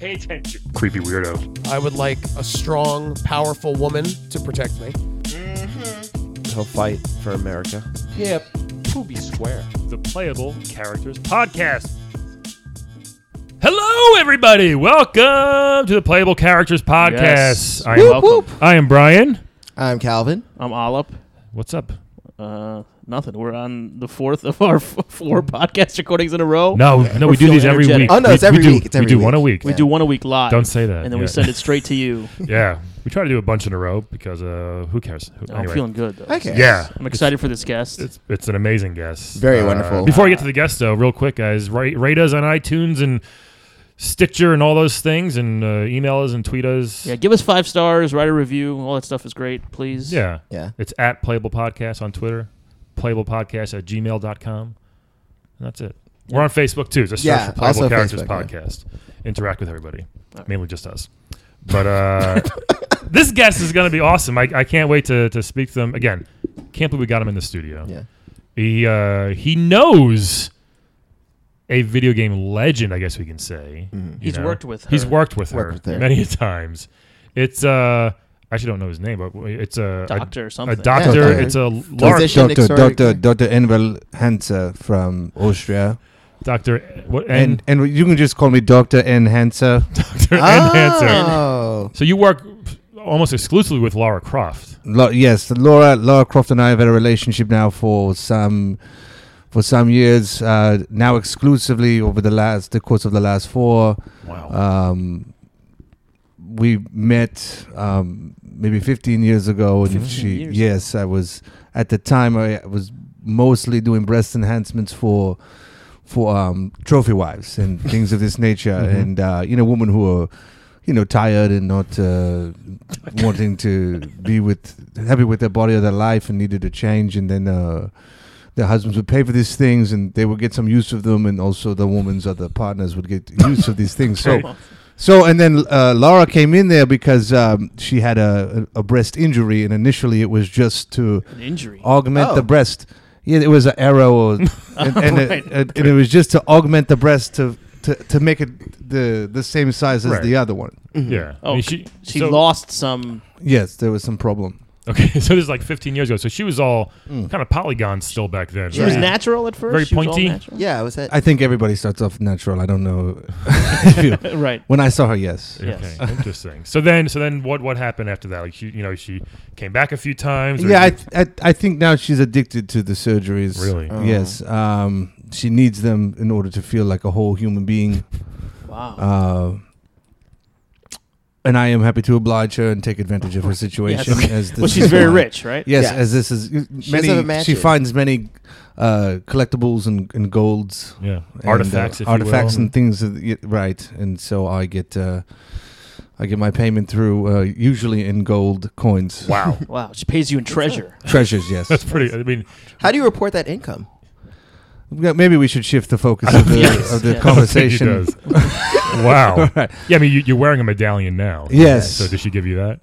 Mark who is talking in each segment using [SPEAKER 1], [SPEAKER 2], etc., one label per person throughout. [SPEAKER 1] Pay attention. Creepy weirdo.
[SPEAKER 2] I would like a strong, powerful woman to protect me.
[SPEAKER 3] He'll fight for America.
[SPEAKER 4] Yeah, Poopy Square.
[SPEAKER 1] the Playable Characters Podcast. Hello, everybody. Welcome to the Playable Characters Podcast.
[SPEAKER 4] Yes.
[SPEAKER 1] I, am,
[SPEAKER 3] Whoop, whoop.
[SPEAKER 1] I am Brian.
[SPEAKER 3] I'm Calvin.
[SPEAKER 4] I'm Olip.
[SPEAKER 1] What's up?
[SPEAKER 4] Uh, nothing. We're on the fourth of our f- four podcast recordings in a row.
[SPEAKER 1] No, no, we do
[SPEAKER 4] feeling
[SPEAKER 1] these every
[SPEAKER 4] energetic.
[SPEAKER 1] week.
[SPEAKER 3] Oh, no,
[SPEAKER 1] We-
[SPEAKER 3] it's every
[SPEAKER 1] we do,
[SPEAKER 3] week. It's every
[SPEAKER 1] we do
[SPEAKER 3] week.
[SPEAKER 1] one a week.
[SPEAKER 4] we do one a week live.
[SPEAKER 1] Don't say that.
[SPEAKER 4] And then we
[SPEAKER 1] Yeah.
[SPEAKER 4] send it straight to you.
[SPEAKER 1] Yeah, we try to do a bunch in a row because uh, who cares? Who-
[SPEAKER 4] I'm
[SPEAKER 1] anyway.
[SPEAKER 4] feeling good. Though.
[SPEAKER 3] Okay.
[SPEAKER 1] Yeah,
[SPEAKER 4] I'm excited for this guest.
[SPEAKER 1] It's it's an amazing guest.
[SPEAKER 3] Very
[SPEAKER 1] Uh,
[SPEAKER 3] wonderful.
[SPEAKER 1] Before I get to the guest, though, real quick, guys, rate, rate us on iTunes and Stitcher and all those things, and uh, email us and tweet us.
[SPEAKER 4] yeah, give us five stars, write a review. All that stuff is great, please.
[SPEAKER 1] Yeah.
[SPEAKER 3] Yeah.
[SPEAKER 1] It's at Playable Podcast on Twitter, playablepodcast at gmail.com. And that's it. We're on Facebook too. Just
[SPEAKER 3] Yeah,
[SPEAKER 1] search for Playable
[SPEAKER 3] also
[SPEAKER 1] Characters
[SPEAKER 3] Facebook,
[SPEAKER 1] Podcast. Interact with everybody, mainly just us. But uh, this guest is going to be awesome. I, I can't wait to, to speak to them. Again, can't believe we got him in the studio.
[SPEAKER 3] Yeah.
[SPEAKER 1] He, uh, he knows a video game legend, I guess we can say. you
[SPEAKER 4] He's worked with
[SPEAKER 1] He's
[SPEAKER 4] her.
[SPEAKER 1] worked with her,
[SPEAKER 3] Worked with her.
[SPEAKER 1] many times. It's. Uh, I actually don't know his name, but it's a a-
[SPEAKER 4] Doctor or something.
[SPEAKER 1] a doctor.
[SPEAKER 3] Yeah.
[SPEAKER 1] it's a large
[SPEAKER 3] Physician
[SPEAKER 5] Dr.
[SPEAKER 3] extraordinary.
[SPEAKER 5] Dr. Dr. Enver Hanser from Austria.
[SPEAKER 1] doctor. What
[SPEAKER 5] And,
[SPEAKER 1] and,
[SPEAKER 5] and you can just call me Dr. N. Hanser.
[SPEAKER 1] doctor
[SPEAKER 3] Ah.
[SPEAKER 1] and Hanser.
[SPEAKER 3] Oh.
[SPEAKER 1] So you work almost exclusively with Laura Croft.
[SPEAKER 5] Lo- yes, Laura Laura Croft and I have had a relationship now for some for some years. Uh, now exclusively over the last the course of the last four.
[SPEAKER 1] Wow.
[SPEAKER 5] Um, we met um, maybe 15 years ago, and
[SPEAKER 4] 15
[SPEAKER 5] she
[SPEAKER 4] years.
[SPEAKER 5] yes, I was at the time I was mostly doing breast enhancements for for um, trophy wives and things of this nature,
[SPEAKER 1] Mhm.
[SPEAKER 5] and uh, you know women who are you know tired and not uh, wanting to be with happy with their body or their life and needed a change, and then. Uh, their husbands would pay for these things, and they would get some use of them, and also the women's other partners would get use of these things. So,
[SPEAKER 1] Okay.
[SPEAKER 4] Oh.
[SPEAKER 5] so, and then uh, Laura came in there because um, she had a, a, a breast injury, and initially it was just to
[SPEAKER 4] An injury.
[SPEAKER 5] augment
[SPEAKER 3] Oh.
[SPEAKER 5] the breast. Yeah, it was an arrow, or, and, and, it,
[SPEAKER 4] Right.
[SPEAKER 5] and- and it was just to augment the breast to, to, to make it the the same size as
[SPEAKER 1] Right.
[SPEAKER 5] the other one.
[SPEAKER 1] yeah. I
[SPEAKER 4] Oh,
[SPEAKER 1] mean,
[SPEAKER 4] she, she
[SPEAKER 1] so-
[SPEAKER 4] lost some.
[SPEAKER 5] Yes, there was some problem.
[SPEAKER 1] Okay. So this is like 15 years ago. So she was all kind of polygon still back then.
[SPEAKER 4] She was
[SPEAKER 1] right?
[SPEAKER 4] natural at first.
[SPEAKER 1] Very
[SPEAKER 4] She was all
[SPEAKER 1] pointy.
[SPEAKER 4] natural?
[SPEAKER 3] Yeah, was that?
[SPEAKER 5] I think everybody starts off natural. I don't know. if you-
[SPEAKER 4] Right.
[SPEAKER 5] when I saw her, yes.
[SPEAKER 1] Okay,
[SPEAKER 4] Yes.
[SPEAKER 1] interesting. So then, so then, what what happened after that? Like she, you know, she came back a few times. or
[SPEAKER 5] Yeah, I,
[SPEAKER 1] you-
[SPEAKER 5] th- I I think now she's addicted to the surgeries.
[SPEAKER 1] Really?
[SPEAKER 3] Oh.
[SPEAKER 5] Yes. Um, she needs them in order to feel like a whole human being.
[SPEAKER 4] Wow.
[SPEAKER 5] Uh, and I am happy to oblige her and take advantage of her situation.
[SPEAKER 4] Yes.
[SPEAKER 5] As this
[SPEAKER 4] well, she's
[SPEAKER 5] is
[SPEAKER 4] very
[SPEAKER 5] why-
[SPEAKER 4] rich, right?
[SPEAKER 5] Yes,
[SPEAKER 3] Yeah.
[SPEAKER 5] as this is
[SPEAKER 3] She doesn't have a
[SPEAKER 5] many. She
[SPEAKER 3] mansion.
[SPEAKER 5] finds many uh, collectibles and, and golds,
[SPEAKER 1] yeah,
[SPEAKER 5] and, uh,
[SPEAKER 1] artifacts, if
[SPEAKER 5] artifacts,
[SPEAKER 1] you will.
[SPEAKER 5] and things. That, y- right, and so I get uh, I get my payment through uh, usually in gold coins,
[SPEAKER 1] wow,
[SPEAKER 4] Wow. She pays you in treasure.
[SPEAKER 5] treasures. Yes,
[SPEAKER 1] that's pretty. I mean,
[SPEAKER 3] How do you report that income?
[SPEAKER 5] Yeah, Maybe we should shift the focus of the,
[SPEAKER 4] Yes.
[SPEAKER 5] of the
[SPEAKER 4] Yes.
[SPEAKER 5] conversation.
[SPEAKER 1] I don't think he does. wow. Yeah, I mean, you, you're wearing a medallion now.
[SPEAKER 5] Yes.
[SPEAKER 1] So did she give you that?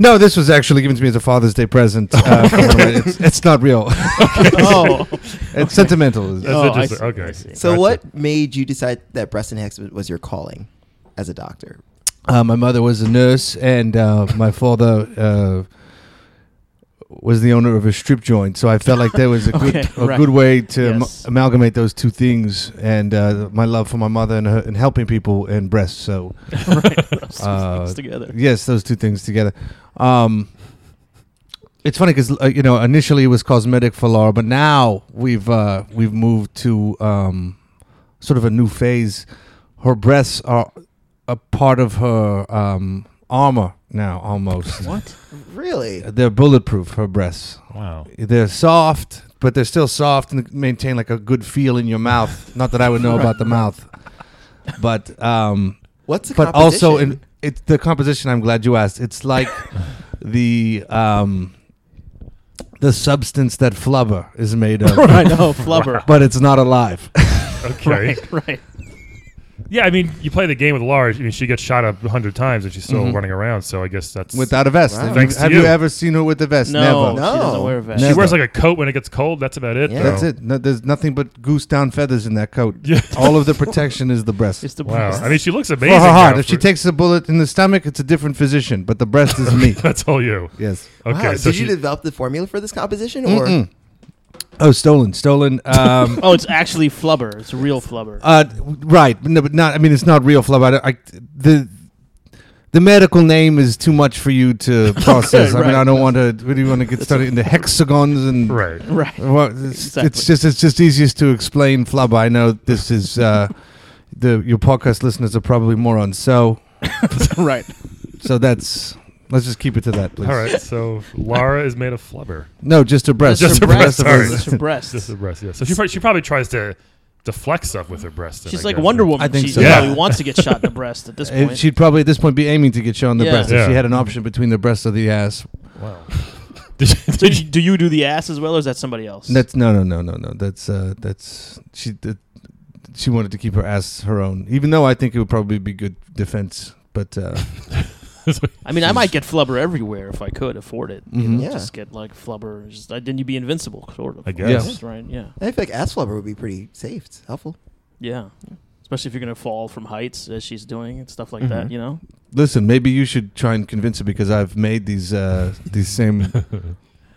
[SPEAKER 5] No, this was actually given to me as a Father's Day present. Uh, from one of my- it's, it's not real.
[SPEAKER 4] oh.
[SPEAKER 5] It's sentimental.
[SPEAKER 1] That's
[SPEAKER 4] Oh, I
[SPEAKER 1] interesting.
[SPEAKER 4] see, I
[SPEAKER 1] okay.
[SPEAKER 4] see.
[SPEAKER 1] Gotcha.
[SPEAKER 3] So, what made you decide that breast enhancement was your calling as a doctor?
[SPEAKER 5] Uh, my mother was a nurse, and uh, my father uh, was the owner of a strip joint. So I felt like there was a good
[SPEAKER 4] Okay,
[SPEAKER 5] a
[SPEAKER 4] right.
[SPEAKER 5] good way to am-
[SPEAKER 4] Yes.
[SPEAKER 5] amalgamate those two things, and uh, my love for my mother and, her, and helping people and breasts. So
[SPEAKER 4] right. Those two
[SPEAKER 5] Uh,
[SPEAKER 4] things together.
[SPEAKER 5] Yes, those two things together. Um, it's funny because uh, you know initially it was cosmetic for Laura, but now we've uh, we've moved to um, sort of a new phase. Her breasts are a part of her um, armor now, almost.
[SPEAKER 4] What?
[SPEAKER 3] Really?
[SPEAKER 5] They're bulletproof. Her breasts.
[SPEAKER 1] Wow.
[SPEAKER 5] They're soft, but they're still soft and maintain like a good feel in your mouth. Not that I would know about the mouth, but um,
[SPEAKER 3] What's the
[SPEAKER 5] but also in
[SPEAKER 3] composition?
[SPEAKER 5] it's the composition i'm glad you asked it's like the um the substance that flubber is made of
[SPEAKER 4] right. Oh, flubber.
[SPEAKER 5] but it's not alive
[SPEAKER 1] Okay.
[SPEAKER 4] Right.
[SPEAKER 1] Yeah, I mean, you play the game with Laura. I mean, she gets shot a hundred times and she's still
[SPEAKER 5] Mhm.
[SPEAKER 1] running around. So I guess that's
[SPEAKER 5] without a vest.
[SPEAKER 3] Wow.
[SPEAKER 5] Have,
[SPEAKER 1] Thanks
[SPEAKER 5] you,
[SPEAKER 1] to
[SPEAKER 5] have you
[SPEAKER 1] you.
[SPEAKER 5] ever seen her with a vest?
[SPEAKER 4] No,
[SPEAKER 5] Never.
[SPEAKER 4] she doesn't
[SPEAKER 3] No.
[SPEAKER 4] wear a vest.
[SPEAKER 1] She
[SPEAKER 5] Never.
[SPEAKER 1] wears like a coat when it gets cold. That's about it.
[SPEAKER 3] Yeah.
[SPEAKER 1] though.
[SPEAKER 5] That's it. No, there's nothing but goose down feathers in that coat.
[SPEAKER 1] Yeah.
[SPEAKER 5] All of the protection is the breast.
[SPEAKER 4] It's the
[SPEAKER 1] Wow.
[SPEAKER 4] breast.
[SPEAKER 1] I mean, she looks
[SPEAKER 5] For
[SPEAKER 1] amazing.
[SPEAKER 5] her heart.
[SPEAKER 1] now
[SPEAKER 5] If she
[SPEAKER 1] for-
[SPEAKER 5] takes a bullet in the stomach, it's a different physician, but the breast is me.
[SPEAKER 1] that's all you.
[SPEAKER 5] yes.
[SPEAKER 1] Okay.
[SPEAKER 3] wow,
[SPEAKER 1] so
[SPEAKER 3] did
[SPEAKER 1] she,
[SPEAKER 3] you develop the formula for this composition, or
[SPEAKER 5] Mm-mm. Oh, stolen, stolen. Um,
[SPEAKER 4] oh, it's actually flubber. It's real flubber.
[SPEAKER 5] uh, right, no, but not. I mean, it's not real flub. I, don't- I the the medical name is too much for you to process. I mean,
[SPEAKER 4] right.
[SPEAKER 5] I don't want to. What do you want to get started into hexagons and?
[SPEAKER 1] right.
[SPEAKER 4] right.
[SPEAKER 5] Well, it's,
[SPEAKER 4] Exactly.
[SPEAKER 5] it's just it's just easiest to explain flub. I know this is uh, the your podcast listeners are probably morons. So
[SPEAKER 4] right.
[SPEAKER 5] so that's let's just keep it to that, please.
[SPEAKER 1] All right. So Laura is made of flubber.
[SPEAKER 5] No, just a breast.
[SPEAKER 1] Just
[SPEAKER 4] It's
[SPEAKER 1] her
[SPEAKER 4] her breast.
[SPEAKER 1] breast, sorry.
[SPEAKER 4] It's her breast.
[SPEAKER 1] Just her breast. Yeah. So she probably, she probably tries to deflect stuff with her breast. then,
[SPEAKER 4] She's
[SPEAKER 1] I
[SPEAKER 4] like
[SPEAKER 1] guess.
[SPEAKER 4] Wonder Woman.
[SPEAKER 5] I think
[SPEAKER 4] she
[SPEAKER 5] so.
[SPEAKER 1] Yeah.
[SPEAKER 4] probably wants to get shot in the breast at this
[SPEAKER 5] Uh,
[SPEAKER 4] point.
[SPEAKER 5] She'd probably at this point be aiming to get shown the
[SPEAKER 4] Yeah.
[SPEAKER 5] breast if she
[SPEAKER 1] Yeah.
[SPEAKER 5] had an option between the breast or the ass.
[SPEAKER 1] Wow. Did you-
[SPEAKER 4] so do, do you do the ass as well, or is that somebody else?
[SPEAKER 5] That's no, no, no, no, no. That's uh, that's she. That, she wanted to keep her ass her own, even though I think it would probably be good defense. But uh,
[SPEAKER 4] I mean, I might get flubber everywhere if I could afford it. You
[SPEAKER 5] Mhm.
[SPEAKER 4] know,
[SPEAKER 3] Yeah.
[SPEAKER 4] Just get like flubber. Just, uh, then you'd be invincible, sort of.
[SPEAKER 1] Mm-hmm. I guess.
[SPEAKER 4] Right. Yeah.
[SPEAKER 3] I feel like ass flubber would be pretty safe. It's helpful.
[SPEAKER 4] Yeah. Especially if you're gonna fall from heights as she's doing and stuff like that.
[SPEAKER 1] Mm-hmm.
[SPEAKER 3] Mhm.
[SPEAKER 4] You know.
[SPEAKER 5] listen, maybe you should try and convince her because I've made these uh, these same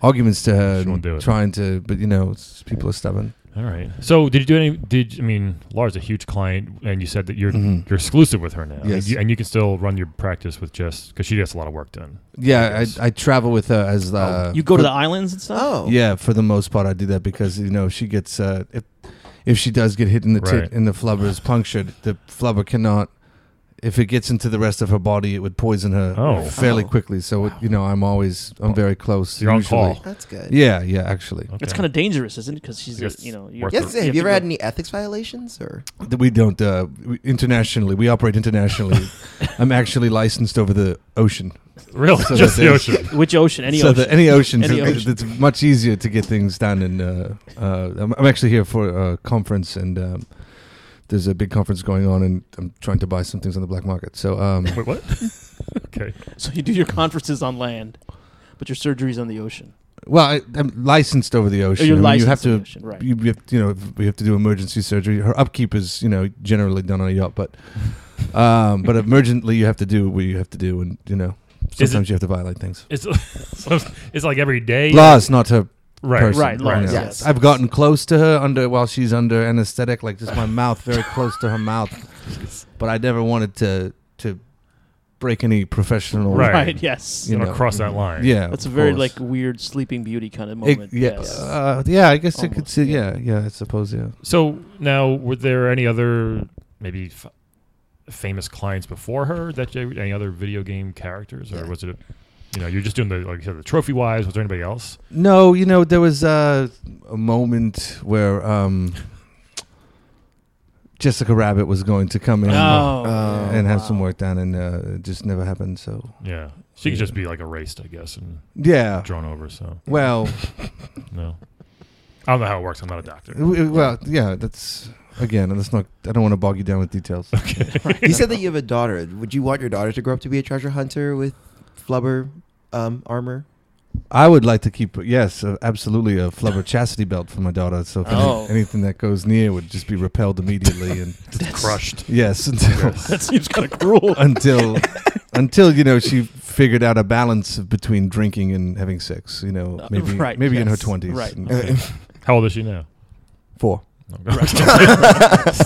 [SPEAKER 5] arguments to her,
[SPEAKER 1] She won't
[SPEAKER 5] and
[SPEAKER 1] do it.
[SPEAKER 5] trying to. But you know, it's- people are stubborn.
[SPEAKER 1] All right. So did you do any? Did I mean Laura's a huge client, and you said that you're
[SPEAKER 5] Mhm.
[SPEAKER 1] you're exclusive with her now.
[SPEAKER 5] Yes.
[SPEAKER 1] And you, and you can still run your practice with just because she gets a lot of work done.
[SPEAKER 5] Yeah,
[SPEAKER 1] Yes.
[SPEAKER 5] I, I travel with her as the
[SPEAKER 1] Uh, Oh,
[SPEAKER 4] you go to
[SPEAKER 5] for-
[SPEAKER 4] the islands and stuff.
[SPEAKER 3] Oh,
[SPEAKER 5] Yeah, for the most part, I do that because you know if she gets uh, if if she does get hit in the
[SPEAKER 1] Right.
[SPEAKER 5] tit and the flubber is punctured, the flubber cannot. If it gets into the rest of her body, it would poison her
[SPEAKER 1] Oh.
[SPEAKER 5] fairly
[SPEAKER 3] Oh.
[SPEAKER 5] quickly. So it, you know, I'm always
[SPEAKER 4] Oh.
[SPEAKER 5] I'm very close.
[SPEAKER 1] So you're on
[SPEAKER 5] usually.
[SPEAKER 1] call.
[SPEAKER 3] that's good.
[SPEAKER 5] Yeah, yeah, actually,
[SPEAKER 1] Okay.
[SPEAKER 4] It's kind of dangerous, isn't it? Because she's
[SPEAKER 1] I
[SPEAKER 4] a,
[SPEAKER 1] guess
[SPEAKER 4] you know.
[SPEAKER 1] worth
[SPEAKER 4] You're,
[SPEAKER 1] it.
[SPEAKER 3] Yeah, I was gonna say, have you
[SPEAKER 4] to
[SPEAKER 3] ever had
[SPEAKER 4] go-
[SPEAKER 3] any ethics violations or?
[SPEAKER 5] Th- we don't uh, we- internationally. We operate internationally. I'm actually licensed over the ocean.
[SPEAKER 1] really
[SPEAKER 5] So
[SPEAKER 1] just
[SPEAKER 5] that
[SPEAKER 1] the
[SPEAKER 5] they-
[SPEAKER 1] ocean.
[SPEAKER 4] Which ocean? Any
[SPEAKER 5] so
[SPEAKER 4] ocean?
[SPEAKER 5] The, any ocean,
[SPEAKER 4] Any
[SPEAKER 5] so th-
[SPEAKER 4] ocean.
[SPEAKER 5] it's much easier to get things done. And uh, uh, I'm, I'm actually here for a conference, and um, there's a big conference going on, and I'm trying to buy some things on the black market. So um,
[SPEAKER 1] Wait, what? okay.
[SPEAKER 4] so you do your conferences on land, but your surgery's on the ocean.
[SPEAKER 5] well, I, I'm licensed over the
[SPEAKER 4] Or
[SPEAKER 5] ocean.
[SPEAKER 4] your
[SPEAKER 5] I mean, you
[SPEAKER 4] license
[SPEAKER 5] have
[SPEAKER 4] on the
[SPEAKER 5] to.
[SPEAKER 4] ocean, right?
[SPEAKER 5] You, you have, you know, we have to do emergency surgery. Her upkeep is, you know, generally done on a yacht, but, um, but emergently you have to do what you have to do, and you know,
[SPEAKER 1] it-
[SPEAKER 5] sometimes you have to violate things.
[SPEAKER 1] It's so it's like every day.
[SPEAKER 5] Laws, not her
[SPEAKER 1] Right.
[SPEAKER 5] person.
[SPEAKER 4] Right, Laura,
[SPEAKER 5] now.
[SPEAKER 3] yes.
[SPEAKER 5] I've gotten close to her under while she's under anesthetic, like just my mouth very close to her mouth. But I never wanted to to break any professional.
[SPEAKER 1] Right.
[SPEAKER 4] yes.
[SPEAKER 1] You
[SPEAKER 5] You
[SPEAKER 1] don't
[SPEAKER 5] know.
[SPEAKER 1] cross that line.
[SPEAKER 5] Yeah.
[SPEAKER 4] That's a
[SPEAKER 5] of
[SPEAKER 4] very
[SPEAKER 5] course.
[SPEAKER 4] like weird Sleeping Beauty kind of
[SPEAKER 5] It-
[SPEAKER 4] moment.
[SPEAKER 5] yeah.
[SPEAKER 4] yes.
[SPEAKER 5] Uh, yeah. I guess you could
[SPEAKER 4] Almost,
[SPEAKER 5] say.
[SPEAKER 4] yeah.
[SPEAKER 5] Yeah. Yeah. I suppose. Yeah.
[SPEAKER 1] So now, were there any other maybe f- famous clients before her that you, any other video game characters, or
[SPEAKER 3] Yeah.
[SPEAKER 1] was it? You know, you're just doing the like you said, the trophy wise. Was there anybody else?
[SPEAKER 5] No. You know, there was uh, a moment where um, Jessica Rabbit was going to come in
[SPEAKER 4] Oh,
[SPEAKER 3] Uh,
[SPEAKER 5] and have some
[SPEAKER 4] wow.
[SPEAKER 5] work done, and uh, it just never happened. So.
[SPEAKER 1] Yeah, she could
[SPEAKER 5] Yeah. Uh.
[SPEAKER 1] just be like erased, I guess, and
[SPEAKER 5] Yeah.
[SPEAKER 1] drawn over. So
[SPEAKER 5] Well.
[SPEAKER 1] no, I don't know how it works. I'm not a doctor.
[SPEAKER 5] W- Well, yeah, that's again, and that's not. I don't want to bog you down with details.
[SPEAKER 3] You said that you have a daughter. Would you want your daughter to grow up to be a treasure hunter with flubber um, armor?
[SPEAKER 5] I would like to keep, yes, uh, absolutely, a flubber chastity belt for my daughter. So if any-
[SPEAKER 4] Oh.
[SPEAKER 5] anything that goes near would just be repelled immediately, and
[SPEAKER 4] That's-
[SPEAKER 1] Crushed.
[SPEAKER 5] yes, until
[SPEAKER 4] That seems kind of cruel.
[SPEAKER 5] until until you know she figured out a balance between drinking and having sex. You know,
[SPEAKER 4] Uh,
[SPEAKER 5] maybe
[SPEAKER 4] right,
[SPEAKER 5] maybe in her
[SPEAKER 4] yes,
[SPEAKER 5] twenties,
[SPEAKER 4] right.
[SPEAKER 5] and
[SPEAKER 1] Okay. How old is she now?
[SPEAKER 5] four.
[SPEAKER 1] No, She's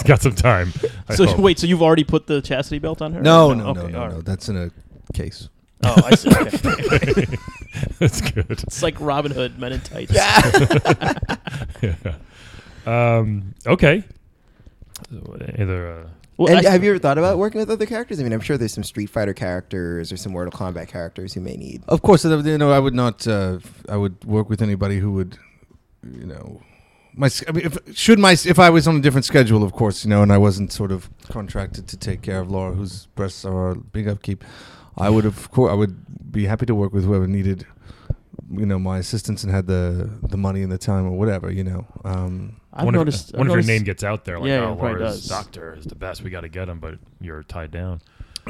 [SPEAKER 1] got some time. I
[SPEAKER 4] So
[SPEAKER 1] hope.
[SPEAKER 4] wait, so you've already put the chastity belt on her?
[SPEAKER 5] No, no, no,
[SPEAKER 4] Okay,
[SPEAKER 5] no,
[SPEAKER 4] all
[SPEAKER 5] no.
[SPEAKER 4] right.
[SPEAKER 5] That's in a case.
[SPEAKER 4] Oh, I see. Okay.
[SPEAKER 1] that's good.
[SPEAKER 4] it's like Robin Hood, Men in Tights.
[SPEAKER 1] Um, okay. Either uh,
[SPEAKER 4] Well,
[SPEAKER 3] and
[SPEAKER 4] I-
[SPEAKER 3] have you ever thought about working with other characters? I mean, I'm sure there's some Street Fighter characters or some Mortal Kombat characters who may need.
[SPEAKER 5] Of course, uh, you know, I would not. Uh, I would work with anybody who would, you know, my. s- I mean, if, should my s- if I was on a different schedule, of course, you know, and I wasn't sort of contracted to take care of Laura, whose breasts are our big upkeep. I would of course I would be happy to work with whoever needed you know my assistants and had the the money and the time or whatever. You know, um,
[SPEAKER 4] I've
[SPEAKER 1] wonder
[SPEAKER 4] noticed.
[SPEAKER 1] If,
[SPEAKER 4] I've
[SPEAKER 1] wonder if
[SPEAKER 4] noticed-
[SPEAKER 1] your name gets out there, like,
[SPEAKER 4] Yeah, yeah,
[SPEAKER 1] oh,
[SPEAKER 4] it probably
[SPEAKER 1] Laura's
[SPEAKER 4] does.
[SPEAKER 1] doctor is the best. We got to get him, but you're tied down.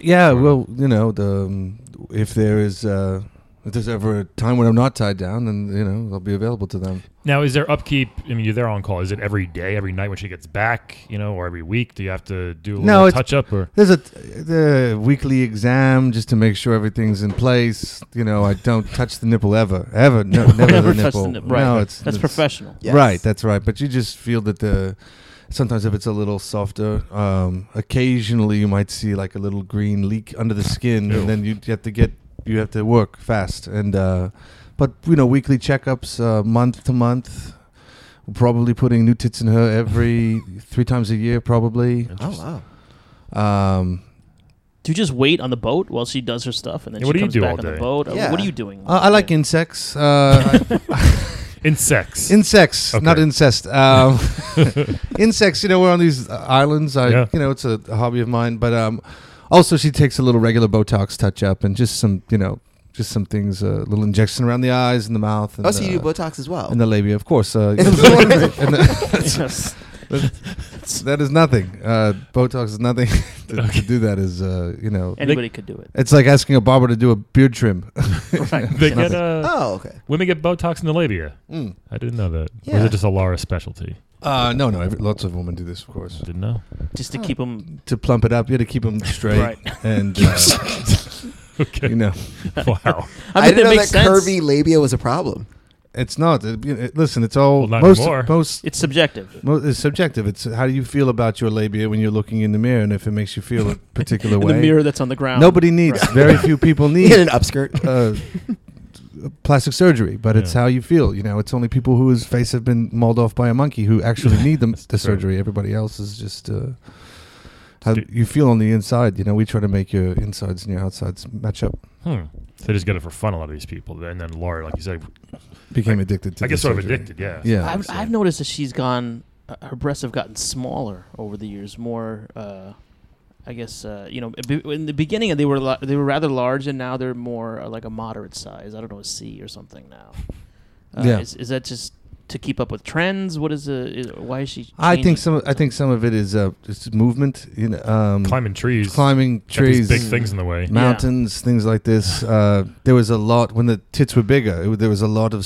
[SPEAKER 5] yeah. Well, you know, the um, if there is uh, if there's ever a time when I'm not tied down, then you know I'll be available to them.
[SPEAKER 1] Now, is there upkeep? I mean, you're there on call. Is it every day, every night when she gets back, you know, or every week? Do you have to do a
[SPEAKER 5] No,
[SPEAKER 1] little
[SPEAKER 5] it's-
[SPEAKER 1] touch up or?
[SPEAKER 5] There's a the weekly exam just to make sure everything's in place. You know, I don't touch the nipple ever, ever, no, never,
[SPEAKER 4] Never
[SPEAKER 5] the
[SPEAKER 4] touch
[SPEAKER 5] nipple.
[SPEAKER 4] the nip- right.
[SPEAKER 5] No, it's
[SPEAKER 4] That's
[SPEAKER 5] it's-
[SPEAKER 4] professional.
[SPEAKER 3] Yes.
[SPEAKER 5] Right, that's right. But you just feel that the sometimes if it's a little softer, um, occasionally you might see like a little green leak under the skin,
[SPEAKER 1] Ew.
[SPEAKER 5] and then you have to get you have to work fast. And uh, but you know, weekly checkups, uh, month to month. Probably putting new tits in her every three times a year, probably.
[SPEAKER 3] Oh wow.
[SPEAKER 5] Um,
[SPEAKER 4] Do you just wait on the boat while she does her stuff, and then
[SPEAKER 1] Yeah,
[SPEAKER 4] she
[SPEAKER 1] what do you
[SPEAKER 4] comes
[SPEAKER 1] do
[SPEAKER 4] back
[SPEAKER 1] all
[SPEAKER 4] on
[SPEAKER 1] day?
[SPEAKER 4] the boat? Uh,
[SPEAKER 3] Yeah.
[SPEAKER 4] What are you doing?
[SPEAKER 5] I I like insects. Uh,
[SPEAKER 1] Insects.
[SPEAKER 5] insects,
[SPEAKER 1] Okay.
[SPEAKER 5] not incest. Um, insects. You know, we're on these uh, islands. I,
[SPEAKER 1] Yeah.
[SPEAKER 5] you know, it's a, a hobby of mine. But um, also, she takes a little regular Botox touch up and just some, you know, just some things, a little injection around the eyes and the mouth. And,
[SPEAKER 3] Oh, so you do
[SPEAKER 5] uh,
[SPEAKER 3] Botox as well.
[SPEAKER 5] and the labia, of course. Uh,
[SPEAKER 3] It's wonderful.
[SPEAKER 5] and the-
[SPEAKER 4] Yes.
[SPEAKER 5] that is nothing. Uh, Botox is nothing. to, to do that is, uh, you know,
[SPEAKER 4] Anybody could do it.
[SPEAKER 5] it's like asking a barber to do a beard trim.
[SPEAKER 4] Right.
[SPEAKER 1] They get, uh,
[SPEAKER 3] oh, okay.
[SPEAKER 1] women get Botox in the labia.
[SPEAKER 5] Mm.
[SPEAKER 1] I didn't know that. Or is
[SPEAKER 3] Yeah.
[SPEAKER 1] it just a Laura specialty?
[SPEAKER 5] Uh, no, no, every, lots of women do this, of course.
[SPEAKER 1] Didn't know.
[SPEAKER 4] Just to keep them
[SPEAKER 5] to plump it up. You had to keep them straight,
[SPEAKER 4] right.
[SPEAKER 5] and uh,
[SPEAKER 1] Okay.
[SPEAKER 5] you know,
[SPEAKER 1] Wow.
[SPEAKER 3] I,
[SPEAKER 4] mean,
[SPEAKER 3] didn't know that
[SPEAKER 4] makes sense.
[SPEAKER 3] curvy labia was a problem.
[SPEAKER 5] it's not. It, you know, it- listen, it's all
[SPEAKER 1] Well, not
[SPEAKER 5] most
[SPEAKER 1] anymore.
[SPEAKER 5] most.
[SPEAKER 4] It's subjective.
[SPEAKER 5] mo- it's subjective. It's how you feel about your labia when you're looking in the mirror, and if it makes you feel a particular
[SPEAKER 4] In
[SPEAKER 5] way.
[SPEAKER 4] the mirror that's on the ground.
[SPEAKER 5] Nobody needs. Very few people
[SPEAKER 3] He had an
[SPEAKER 5] need
[SPEAKER 3] upskirt.
[SPEAKER 5] uh, plastic surgery, but it's
[SPEAKER 1] Yeah.
[SPEAKER 5] how you feel. You know, it's only people whose face have been mauled off by a monkey who actually need the, the
[SPEAKER 1] true.
[SPEAKER 5] surgery. Everybody else is just. Uh, how
[SPEAKER 1] Do-
[SPEAKER 5] you feel on the inside, you know. We try to make your insides and your outsides match up.
[SPEAKER 1] Hmm. So they just get it for fun. A lot of these people, and then Laura, like you said,
[SPEAKER 5] Became addicted to.
[SPEAKER 1] I
[SPEAKER 5] the
[SPEAKER 1] guess sort of
[SPEAKER 5] surgery.
[SPEAKER 1] addicted. Yeah.
[SPEAKER 5] Yeah.
[SPEAKER 4] I've,
[SPEAKER 1] so-
[SPEAKER 4] I've noticed that she's gone. Uh, her breasts have gotten smaller over the years. More, uh, I guess, uh, you know, b- in the beginning they were la- they were rather large, and now they're more uh, like a moderate size. I don't know, a C or something now. Uh,
[SPEAKER 5] Yeah.
[SPEAKER 4] Is, is that just to keep up with trends? What is the? Is, why is she?
[SPEAKER 5] I
[SPEAKER 4] changing
[SPEAKER 5] think some. I think some of it is uh, just movement. You know, um,
[SPEAKER 1] Climbing trees.
[SPEAKER 5] climbing
[SPEAKER 1] Got these
[SPEAKER 5] trees,
[SPEAKER 1] Big things in the way.
[SPEAKER 4] Yeah.
[SPEAKER 5] mountains, things like this. Uh, there was a lot when the tits were bigger. It, wa- there was a lot of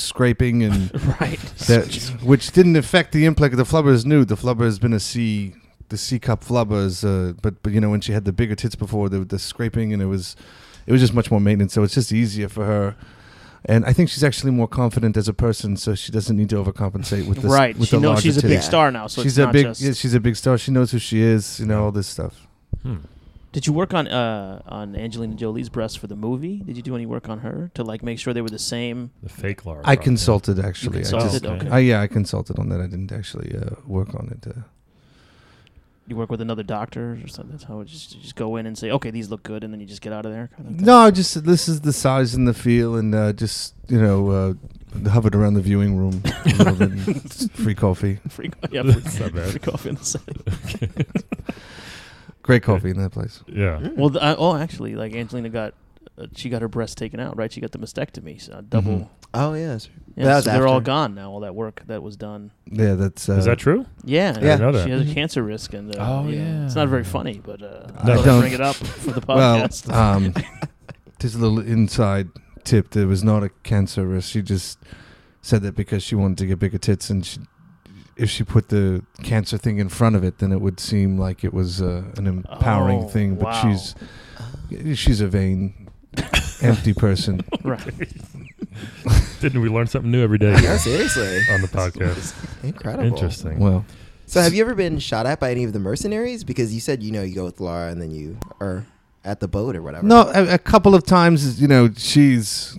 [SPEAKER 5] scraping and
[SPEAKER 4] so- right?
[SPEAKER 5] that, which didn't affect the implant. The flubber is new. The flubber has been a C. The C cup flubber is, uh, but but you know when she had the bigger tits before, the, the scraping and it was, it was just much more maintenance. So it's just easier for her. And I think she's actually more confident as a person, so she doesn't need to overcompensate with this.
[SPEAKER 4] right.
[SPEAKER 5] with
[SPEAKER 4] She
[SPEAKER 5] the
[SPEAKER 4] knows
[SPEAKER 5] larger
[SPEAKER 4] she's a big
[SPEAKER 5] tits.
[SPEAKER 4] star now, so
[SPEAKER 5] she's
[SPEAKER 4] it's
[SPEAKER 5] a
[SPEAKER 4] not
[SPEAKER 5] big
[SPEAKER 4] just.
[SPEAKER 5] yeah, she's a big star. She knows who she is. You know all this stuff.
[SPEAKER 1] Hmm.
[SPEAKER 4] Did you work on uh, on Angelina Jolie's breasts for the movie? Did you do any work on her to like make sure they were the same?
[SPEAKER 1] The fake Laura.
[SPEAKER 5] I
[SPEAKER 1] probably.
[SPEAKER 5] consulted actually. I
[SPEAKER 4] consulted?
[SPEAKER 5] just,
[SPEAKER 1] Okay.
[SPEAKER 5] I, yeah, I consulted on that. I didn't actually uh, work on it. Uh,
[SPEAKER 4] You work with another doctor or something. That's how it just you just go in and say, okay, these look good, and then you just get out of there. Kind of thing?
[SPEAKER 5] no, just this is the size and the feel, and uh, just you know, uh, hovered around the viewing room, a little bit and free coffee,
[SPEAKER 4] free, co- yeah,
[SPEAKER 1] That's
[SPEAKER 4] free-
[SPEAKER 1] not bad.
[SPEAKER 4] free coffee on the side.
[SPEAKER 5] great coffee in that place.
[SPEAKER 1] Yeah.
[SPEAKER 3] Hmm.
[SPEAKER 4] Well, th- I, oh, actually, like Angelina got, uh, she got her breast taken out, right? She got the mastectomy, so uh, double.
[SPEAKER 5] Mhm.
[SPEAKER 3] Oh yeah. that's-
[SPEAKER 4] Yeah,
[SPEAKER 3] That was
[SPEAKER 4] so they're all
[SPEAKER 3] after.
[SPEAKER 4] gone now. All that work that was done.
[SPEAKER 5] Yeah, that's uh,
[SPEAKER 1] Is that true?
[SPEAKER 4] Yeah,
[SPEAKER 1] didn't know that.
[SPEAKER 4] She has a cancer risk, and uh,
[SPEAKER 1] Oh,
[SPEAKER 4] you know,
[SPEAKER 1] yeah.
[SPEAKER 4] it's not very funny, but uh,
[SPEAKER 5] I
[SPEAKER 4] I thought I'd
[SPEAKER 5] don't-
[SPEAKER 4] bring it up for the
[SPEAKER 5] well,
[SPEAKER 4] podcast.
[SPEAKER 5] um, just a little inside tip. There was not a cancer risk. She just said that because she wanted to get bigger tits, and she, if she put the cancer thing in front of it, then it would seem like it was uh, an empowering
[SPEAKER 4] Oh,
[SPEAKER 5] thing. But
[SPEAKER 4] wow.
[SPEAKER 5] she's she's a vain, empty person.
[SPEAKER 4] right.
[SPEAKER 1] Didn't we learn something new every day
[SPEAKER 3] No,
[SPEAKER 1] here
[SPEAKER 3] seriously.
[SPEAKER 1] on the podcast?
[SPEAKER 3] Incredible.
[SPEAKER 1] Interesting.
[SPEAKER 5] Well,
[SPEAKER 3] So have you ever been shot at by any of the mercenaries? Because you said you know you go with Laura and then you are at the boat or whatever.
[SPEAKER 5] no, a, a couple of times, you know, she's